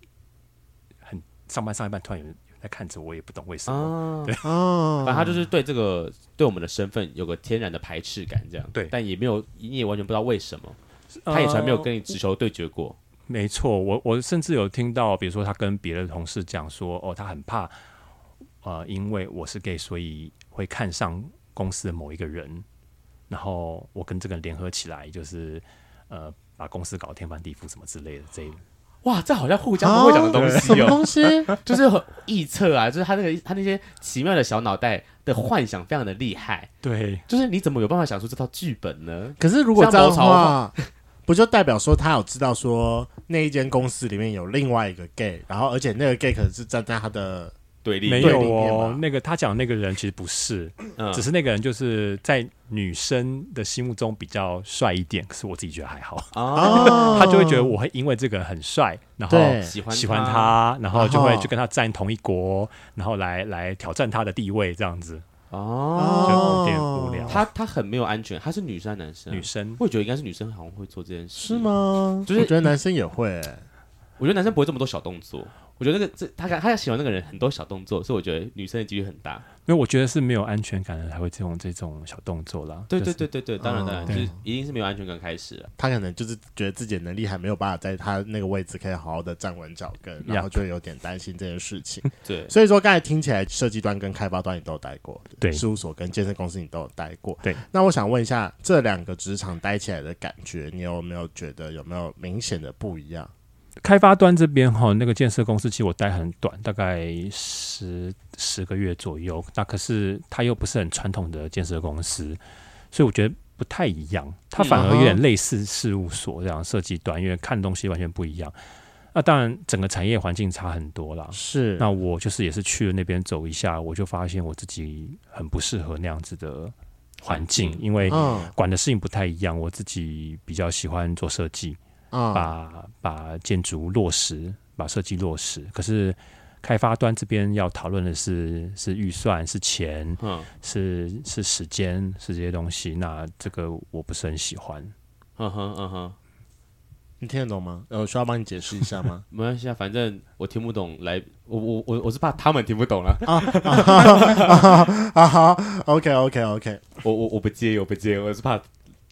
很上班上一半突然有人在看着我，也不懂为什么。
啊，
哦，
反正他就是对这个对我们的身份有个天然的排斥感，这样
对
但也没有，你也完全不知道为什么，
呃
他也从来没有跟你直球对决过。
没错，我我甚至有听到，比如说他跟别的同事讲说，哦，他很怕，呃，因为我是 gay，所以会看上公司的某一个人，然后我跟这个人联合起来，就是呃，把公司搞得天翻地覆什么之类的这一种。
哇，这好像互相都会讲的东
什
西
么
哦，
东西？
就是很臆测啊， 就是他那个他那些奇妙的小脑袋的幻想非常的厉害，
对，
就是你怎么有办法想出这套剧本呢？
可是如果
像
这样的
谋朝
话，不就代表说他有知道说那一间公司里面有另外一个 gay，然后而且那个 gay 可能是站在他的
对立
没
对
有
立面
哦
嘛，
那个他讲的那个人其实不是，
嗯
只是那个人就是在女生的心目中比较帅一点，可是我自己觉得还好，
啊，
哦，
他就会觉得我会因为这个很帅，然 后
对
喜欢哦
喜欢，他，然后就会
然后
去跟他站同一国，然后来来挑战他的地位，这样子
哦，
就有点
哦
无聊。
他他很没有安全，他是女生还是男生啊？
女生
我也觉得应该是女生好像会做这件事，
是？吗？
就是
我觉得男生也会欸、
我觉得男生不会这么多小动作。我觉得那个这他他喜欢那个人很多小动作，所以我觉得女生的几率很大。
因为我觉得是没有安全感的才会这种这种小动作啦。
对
就是
对对对对，当然当然，
哦
就是一定是没有安全感开始啊。
他可能就是觉得自己的能力还没有办法在他那个位置可以好好的站稳脚跟，然后就有点担心这件事情。
对，
所以说，刚才听起来设计端跟开发端你都有待过，
对
事务所跟健身公司你都有待过，
对。
那我想问一下，这两个职场待起来的感觉，你有没有觉得有没有明显的不一样？
开发端这边哈，那个建设公司其实我待很短，大概十十个月左右。那可是它又不是很传统的建设公司，所以我觉得不太一样。它反而有点类似事务所这样设计端，因为看东西完全不一样。那当然，整个产业环境差很多啦。
是
嗯
那我就是也是去了那边走一下，我就发现我自己很不适合那样子的环境，因为
嗯
管的事情不太一样。我自己比较喜欢做设计，
嗯，
把把建筑落实，把设计落实。可是开发端这边要讨论的是是预算、是钱、
嗯
是是时间、是这些东西。那这个我不是很喜欢。
嗯哼嗯哼，
你听得懂吗？呃，需要帮你解释一下 吗？
没关系啊，反正我听不懂来，我我我我是怕他们听不懂了、
啊好，OK OK OK，
我我我不介意，我不介意，我是怕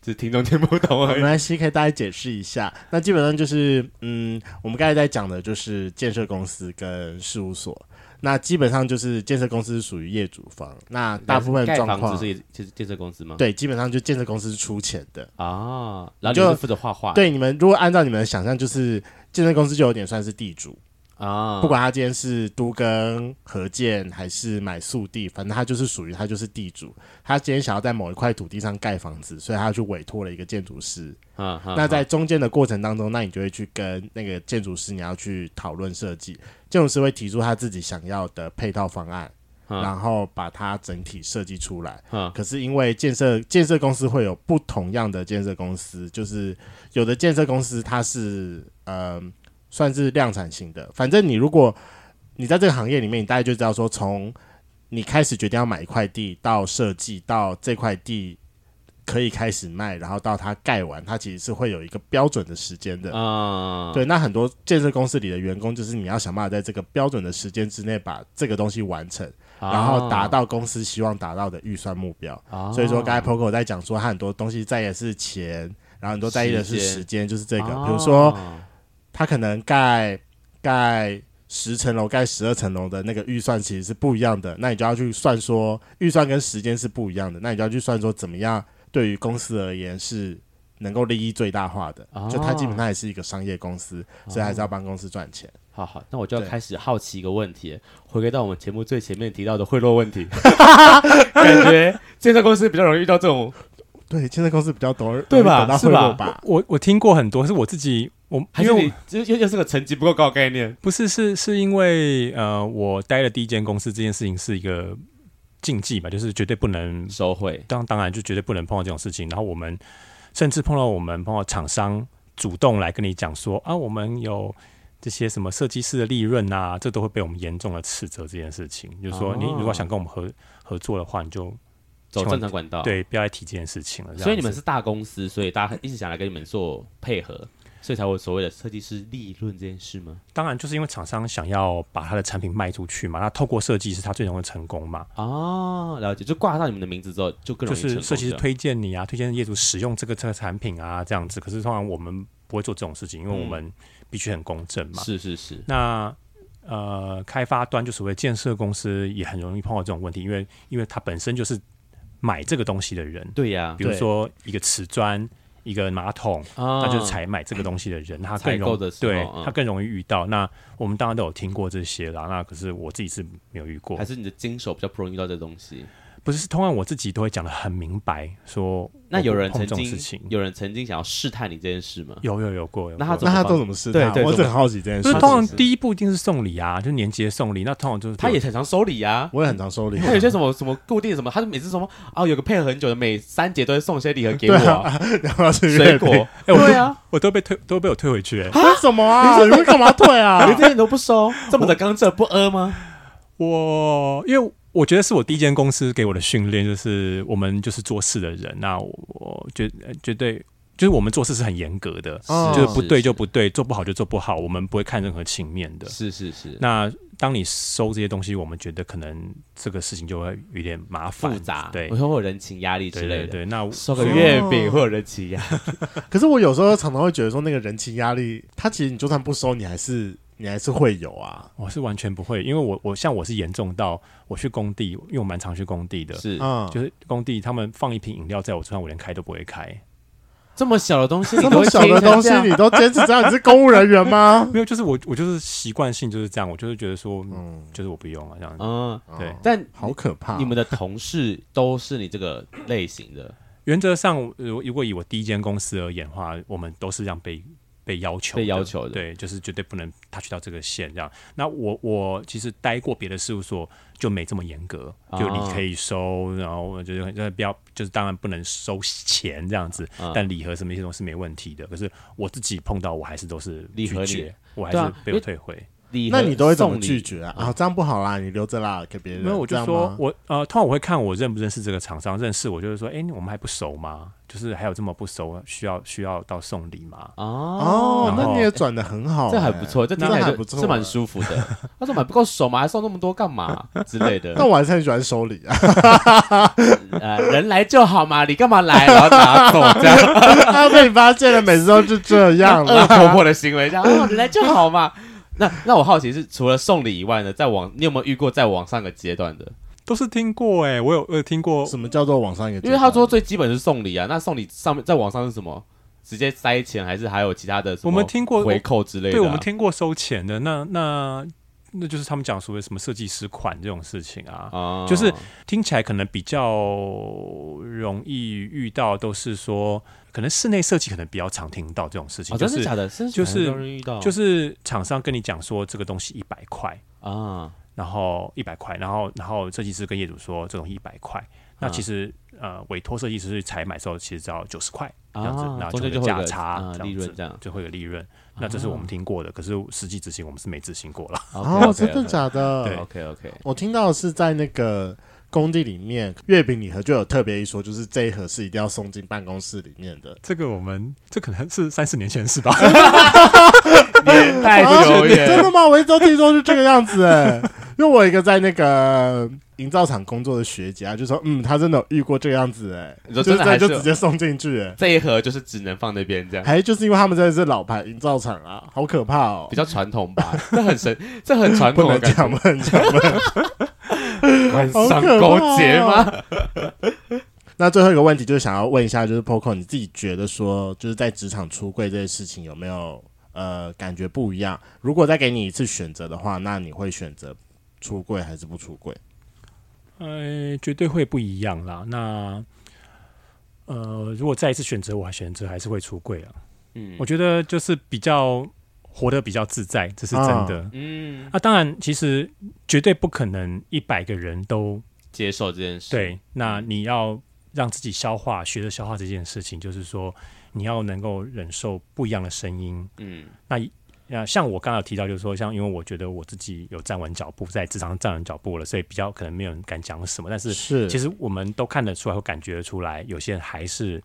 这听众听不懂而
没
已。
关系，可以大概解释一下。那基本上就是，嗯，我们刚才在讲的就是建设公司跟事务所。那基本上就是建设公司是属于业主方，那 大部分
盖
状
房
况
子是建建设公司吗？
对，基本上就建设公司是出钱的。
啊，然后
就
你是负责画画，
对，你们如果按照你们的想象，就是建设公司就有点算是地主，
啊，
不管他今天是都跟合建还是买速地，反正他就是属于他就是地主。他今天想要在某一块土地上盖房子，所以他去委托了一个建筑师。
啊，啊
那在中间的过程当中，那你就会去跟那个建筑师，你要去讨论设计。建筑师会提出他自己想要的配套方案，
嗯
然后把它整体设计出来。
嗯
可是因为建设建设公司会有不同样的建设公司，就是有的建设公司它是呃算是量产型的，反正你如果你在这个行业里面，你大概就知道说从你开始决定要买一块地到设计到这块地。可以开始卖，然后到它盖完，它其实是会有一个标准的时间的。
啊，
对，那很多建设公司里的员工，就是你要想办法在这个标准的时间之内把这个东西完成，
啊，
然后达到公司希望达到的预算目标。
啊，
所以说，刚才 Poco 在讲说，他很多东西在意的是钱，然后很多在意的是
时间哦
时间，就是这
这
个。比如说，他可能盖盖十层楼、盖十二层楼的那个预算其实是不一样的，那你就要去算说预算跟时间是不一样的，那你就要去算说怎么样对于公司而言是。能够利益最大化的，
哦
就他基本上也是一个商业公司，所以还是要帮公司赚钱。
好好，那我就要
对
开始好奇一个问题，回归到我们节目最前面提到的贿赂问题，感觉建设公司比较容易遇到这种，
对，建设公司比较懂，
哦对吧
容易得到
是
贿
吧
赂吧？
我我听过很多，是我自己我
还
因为
是
我
你这又又是个成绩不够高的概念
不是，是是因为呃，我待的第一间公司这件事情是一个禁忌吧，就是绝对不能，
收回
当当然就绝对不能碰到这种事情。然后我们甚至碰到我们碰到厂商主动来跟你讲说啊，我们有这些什么设计师的利润啊，这都会被我们严重的斥责。这件事情就是说，
哦
你如果想跟我们合合作的话，你就
走
千万
正常管道，，
对不要再提这件事情了。这样
啊所以你们
子
是大公司，所以大家一直想来跟你们做配合，所以才会所谓的设计师利润这件事吗？
当然就是因为厂商想要把他的产品卖出去嘛，那透过设计是他最容易成功嘛。
哦，了解，就挂上你们的名字之后，就更
就
容易成
是
功
设计师
这样
推荐你啊，推荐业主使用这个这个产品啊，这样子。可是通常我们不会做这种事情，因为
嗯
我们必须很公正嘛。
是是是，
那呃，开发端就所谓建设公司也很容易碰到这种问题，因为因为它本身就是买这个东西的人，
对呀
比，如
对
说一个瓷砖、一个马桶，
那
那就是采买这个东西的人，他
啊
更
采购
容
的时候
对
嗯
他更容易遇到。那我们当然都有听过这些啦，那可是我自己是没有遇过
还。是你的经手比较不容易遇到这东西。
不是，通常我自己都会讲的很明白，说
那
我不
有人
碰
曾
这种事情
经，有人曾经想要试探你这件事吗？
有有有过，有
那
过
他怎
那
么
他
办
都怎么试
对
探？
对
我
怎
很
么
好奇这件事
就是
情
通。常第一步一定是送礼啊，就是年节送礼。那通常就是
他也很常收礼啊。
我也很常收礼啊，
他 有些什么什么固定什么，他就每次什么哦，有个配合很久的，每三节都会送些礼盒给我啊、
然后是
水果。
哎我
对啊，
我都被退，都被我退回去、欸。
为什么啊？ 你们干嘛退啊
你？这些你都不收，这么的刚正不阿吗？
我因为我觉得是我第一间公司给我的训练，就是我们就是做事的人。那我我绝呃绝对就是我们做事是很严格的，
哦
就是不对就不对，做不好就做不好，我们不会看任何情面的。
是是是，
那当你收这些东西，我们觉得可能这个事情就会有点麻烦
复杂，
对
我，说会有人情压力之
对
类
对
的。
对。哦那
收个月饼会有人情压力，
可是我有时候常常会觉得说，那个人情压力，他其实你就算不收，你还是你还是会有啊。
我是完全不会，因为我我像我是严重到我去工地，因为我蛮常去工地的，
是啊
嗯，
就是哦工地他们放一瓶饮料在我桌上，我连开都不会开。
这么小的东西，
这么小的东西你都坚持这样，你是公务人员 吗？
没有，就是我我就是习惯性就是这样，我就是觉得说，
嗯，
就是我不用了这样子。
嗯，
对
哦
但
好可怕。
你们的同事都是你这个类型的，
原则上，如如果以我第一间公司而言的话，我们都是这样被被要求的
被要求的
对，就是绝对不能 touch 到这个线这样。那我我其实待过别的事务所，就没这么严格，
哦
就你可以收，然后我觉得不要，就是当然不能收钱这样子，
嗯
但礼盒什么一些东西是没问题的。可是我自己碰到，我还是都是
礼盒
拒
你
绝，我还
对
是
啊
被
因为
我退回。
礼盒
那你都会怎么
送礼
拒？绝啊？啊，这样不好啦，你留着啦，给别人。
没有，我
这
就
样
说
吗，
我呃，通常我会看我认不认识这个厂商，认识我就是说，哎、我们还不熟吗？就是还有这么不熟，需要需要到送礼吗？
哦
哦，
然
那
后
你也转的很好欸，
啊这还不错，这听
那
起来
还
就
不错，啊
是蛮。舒服的。 他说买不够手嘛，还送那么多干 嘛之类的
但？我还是很喜欢收礼啊，
呃，人来就好嘛，你干嘛来？然后拿走这样
啊被你发现了，每次都是这样
恶
了。
婆婆的行为，这样哦，人来就好嘛。那那我好奇是，除了送礼以外呢，在往你有没有遇过在往上个阶段的？
都是听过哎、我有我有听过，
什么叫做往上一个阶段？
哦因为他说最基本是送礼啊，那送礼上面在网上是什么？直接塞钱还是还有其他的什么
我们听过，
回扣之类的啊、
对我们听过收钱的，那那那就是他们讲所谓什么设计师款这种事情啊，
啊
就是听起来可能比较容易遇到，都是说可能室内设计可能比较常听到这种事情，
哦，
就
真的
是
假的？真的
就是
很多人遇到，
就是厂商跟你讲说这个东西一百块。
啊，
然后一百块，然后然后设计师跟业主说这种一百块，那
啊
其实呃委托设计师去采买之后，其实只要九十块这
啊
样子，然后
中
就
间就
会有
会有
价
个
差
啊
这样子
利润这样
就会有利润。那
啊
这是我们听过的，可是实际执行我们是没执行过了。
哦，
啊
真的假
对
的？
？OK OK，
我听到的是在那个工地里面，月饼礼盒就有特别一说，就是这一盒是一定要送进办公室里面的。
这个我们这可能是三四年前的事 吧？
年代久
真
远
的吗？我一直都听说是这个样子哎、因为我有一个在那个营造厂工作的学姐啊，就说嗯，她真的有遇过这个样子哎、
你
就
说
是
真的还
这
是
就
有哎
直接送进去哎、
这一盒就是只能放那边这样，
还就是因为他们真的是老牌营造厂啊，好可怕哦
比！较传统吧？这很神，这很传
不
统的
能
感
讲，
觉，
不能讲。
官
好
商
可
勾
怕
结
哦
吗？
那最后一个问题就是想要问一下，就是 Poco 你自己觉得说，就是在职场出柜这件事情有没有呃感觉不一样？如果再给你一次选择的话，那你会选择出柜还是不出柜？
呃，绝对会不一样啦。那呃，如果再一次选择，我还选择还是会出柜啊。
嗯
我觉得就是比较活得比较自在，这是真的。
嗯，
啊，当然，其实绝对不可能一百个人都
接受这件事，，
对。那你要让自己消化，学着消化这件事情，就是说你要能够忍受不一样的声音。
嗯
那那像我刚刚有提到，就是说，像因为我觉得我自己有站稳脚步，在职场上站稳脚步了，所以比较可能没有人敢讲什么。但是
是
其实我们都看得出来，或感觉得出来，有些人还是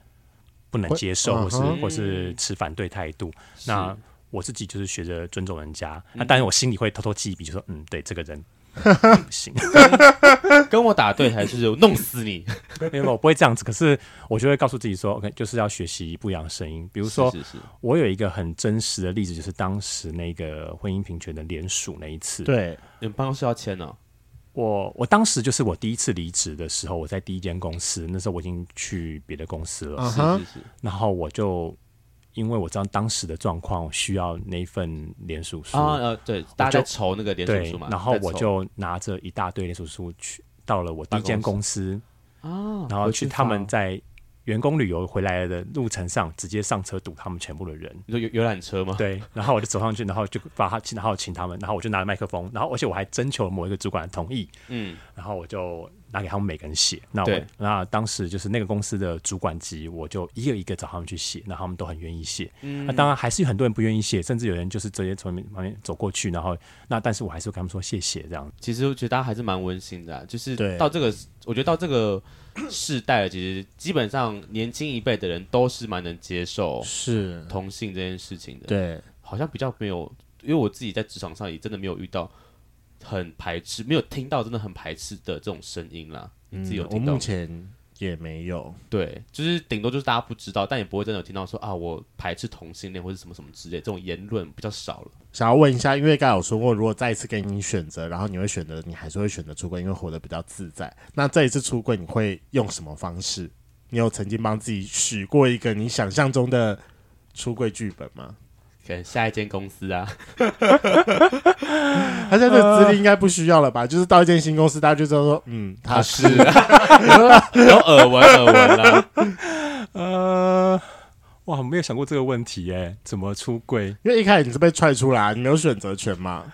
不能
会
接受，
嗯
或是
哼
或是持反对态度。那
是
我自己就是学着尊重人家，
嗯
那、当然我心里会偷偷记一笔，就说嗯，对这个人不行，
跟我打对台就是弄死你，
没有，我不会这样子。可是我就会告诉自己说，OK，就是要学习不一样的声音。 比如说，
是是是
我有一个很真实的例子，就是当时那个婚姻平权的联署那一次，
对，
你们办公室要签哦，
我我当时就是我第一次离职的时候，我在第一间公司，那时候我已经去别的公司了，
嗯
是
哼
是，是，
然后我就因为我知道当时的状况需要那份联署书
啊呃，对，大家在筹那个联
对
署书嘛，
然后
在
我
筹
就拿着一大堆联署书去到了我第一间公司，
啊，
然后
回
去
发
他们在员工旅游回来的路程上直接上车堵他们全部的人。
你说游游览车吗？
对，然后我就走上去，然后就把他，然后请他们，然后我就拿着麦克风，然后而且我还征求了某一个主管的同意，
嗯，
然后我就拿给他们每个人写。那我
对
那当时就是那个公司的主管级，我就一个一个找他们去写，那他们都很愿意写。
嗯
那当然还是有很多人不愿意写，甚至有人就是直接从旁边走过去，然后那但是我还是跟他们说谢谢这样。
其实我觉得大家还是蛮温馨的啊、就是
对
到这个，我觉得到这个世代，其实基本上年轻一辈的人都是蛮能接受
是，
同性这件事情的。
对，
好像比较没有，因为我自己在职场上也真的没有遇到很排斥，没有听到真的很排斥的这种声音啦。你自己有
嗯我
听到吗？
目前也没有，
对，就是顶多就是大家不知道，但也不会真的有听到说啊，我排斥同性恋或者什么什么之类这种言论比较少了。
想要问一下，因为刚才有说过，如果再一次给你选择，然后你会选择，你还是会选择出柜，因为活得比较自在。那这一次出柜，你会用什么方式？你有曾经帮自己许过一个你想象中的出柜剧本吗？
可能下一间公 司啊，
他现在这个资历应该不需要了吧？就是到一间新公司，大家就知道说，嗯，呃他是
有耳闻耳闻啊啦。
呃，哇，我没有想过这个问题哎，怎么出柜？
因为一开始你是被踹出来，你没有选择权嘛。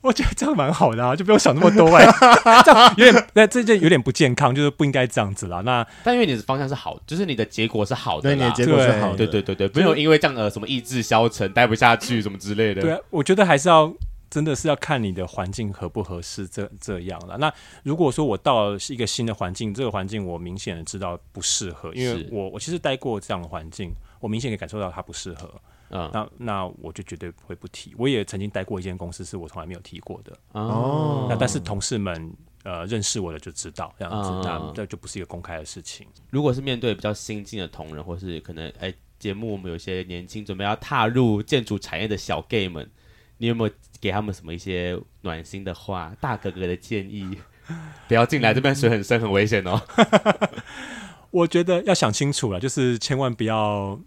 我觉得这样蛮好的啊，就不用想那么多 哎、这样有点那这就有点不健康，就是不应该这样子啦。那
但因为你的方向是好，就是你的结果是好的
对，你的
啦。
结果是好的。
对对对对，没有因为这样呃什么意志消沉、待不下去什么之类的。
对啊，我觉得还是要真的是要看你的环境合不合适这这样了。那如果说我到了一个新的环境，这个环境我明显的知道不适合，因为
是
我我其实待过这样的环境，我明显可以感受到它不适合。
嗯
那那我就绝对不会不提。我也曾经待过一间公司，是我从来没有提过的。
哦，
那但是同事们呃认识我的就知道这样
嗯
子，
嗯
那
嗯
这就不是一个公开的事情。
如果是面对比较新进的同仁，或是可能哎节目我们有一些年轻准备要踏入建筑产业的小 gay 们，你有没有给他们什么一些暖心的话、大哥哥的建议？ 不要进来，这边水很深，很危险哦。
我觉得要想清楚了，就是千万不要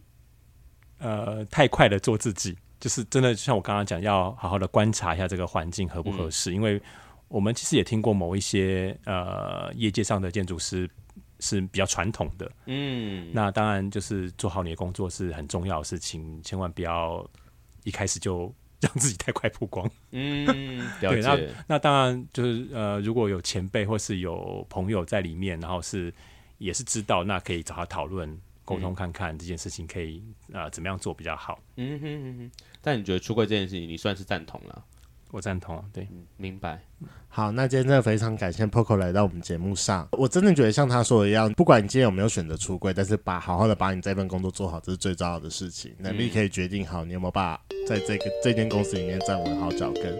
呃太快的做自己，就是真的就像我刚刚讲，要好好的观察一下这个环境合不合适，因为我们其实也听过某一些呃业界上的建筑师。是比较传统的，
嗯，
那当然就是做好你的工作是很重要的事情，千万不要一开始就让自己太快曝光。
嗯，了
对，那
解。
那当然就是呃，如果有前辈或是有朋友在里面，然后是也是知道，那可以找他讨论沟通，看看这件事情可以呃怎么样做比较好。
嗯哼哼哼。但你觉得出柜这件事情，你算是赞同了？
我赞同啊，对，
嗯明白。
好，那今天真的非常感谢 Poco 来到我们节目上。我真的觉得像他说的一样，不管你今天有没有选择出柜，但是把好好的把你这份工作做好，这是最重要的事情。能力可以决定好你有没有办法在这个这间公司里面站稳好脚跟。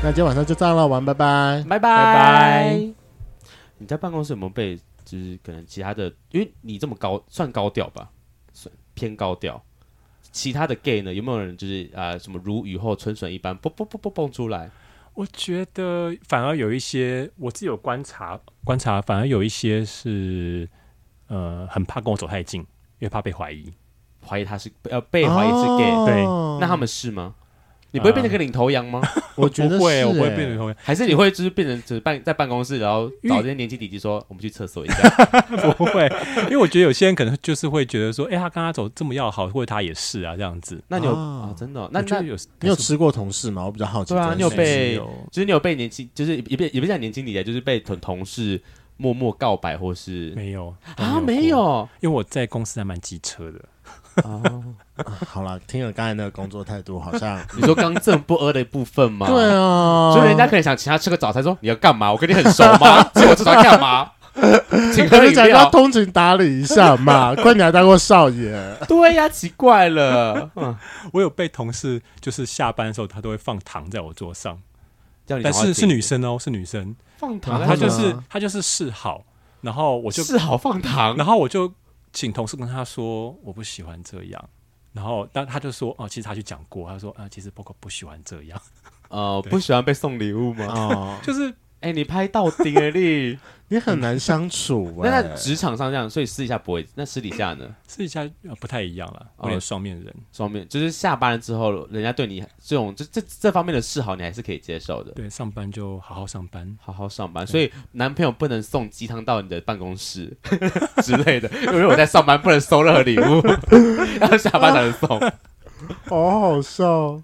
那今天晚上就这样了，玩，拜拜。
拜拜
拜。
你在办公室有没有被就是可能其他的，因为你这么高算高调吧，算偏高调。其他的 gay 呢，有没有人就是啊、呃什么如雨后春笋一般蹦蹦蹦蹦蹦出来？
我觉得反而有一些我自己有观察观察，反而有一些是呃很怕跟我走太近，因为怕被怀疑。
怀疑他是呃被怀疑是 gay，、
对
那他们是吗？你不会变成个领头羊吗？
哦我觉得
不会，
是
我不会
欸
变成
还是你会就是变成只办在办公室，然后
因为
找这些年轻弟弟说我们去厕所一下？
不会，因为我觉得有些人可能就是会觉得说，哎、他跟他走这么要好，或者他也是啊这样子。
那你有
哦
啊真的哦、那
我觉
那
得有
你有吃过同事吗？我比较好奇
对啊
这件事。
你有被
有
就是你有被年轻，就是也被也不是讲年轻弟弟啊，就是被同同事默默告白或是
没有
啊没
过
有。
因为我在公司还蛮机车的，
好了，听了刚才那个工作态度，好像啊
你说刚正不阿的部分吗？
对啊，
所以人家可能想请他吃个早餐，说你要干嘛？我跟你很熟 吗？请我吃早餐干嘛？请
可
喝饮
能讲要
料。
通情达理一下嘛，怪你还当过少爷。
对呀、奇怪了，嗯
我有被同事就是下班的时候，他都会放糖在我桌上，
叫你
但
讲话
是是
紧
女生哦，是女生，
放
然
糖
后
啊，
她
呢
就是她就是示好，然后我就
示好放糖，
然后我就请同事跟他说我不喜欢这样，然后但他就说哦，其实他去讲过，他说啊，其实包括不喜欢这样，
哦呃，不喜欢被送礼物吗？
哦，
就是
哎、你拍到底了 你，
你很难相处、
那
哎
在职场上这样，所以私底下不会，那私底下呢？
私底下呃不太一样了，
哦
有点双面人。
双面就是下班了之后，人家对你这种这这这方面的示好，你还是可以接受的。
对，上班就好好上班。
好好上班，所以男朋友不能送鸡汤到你的办公室之类的，因为我在上 班不能收任何礼物，要下班才能送。
好好笑。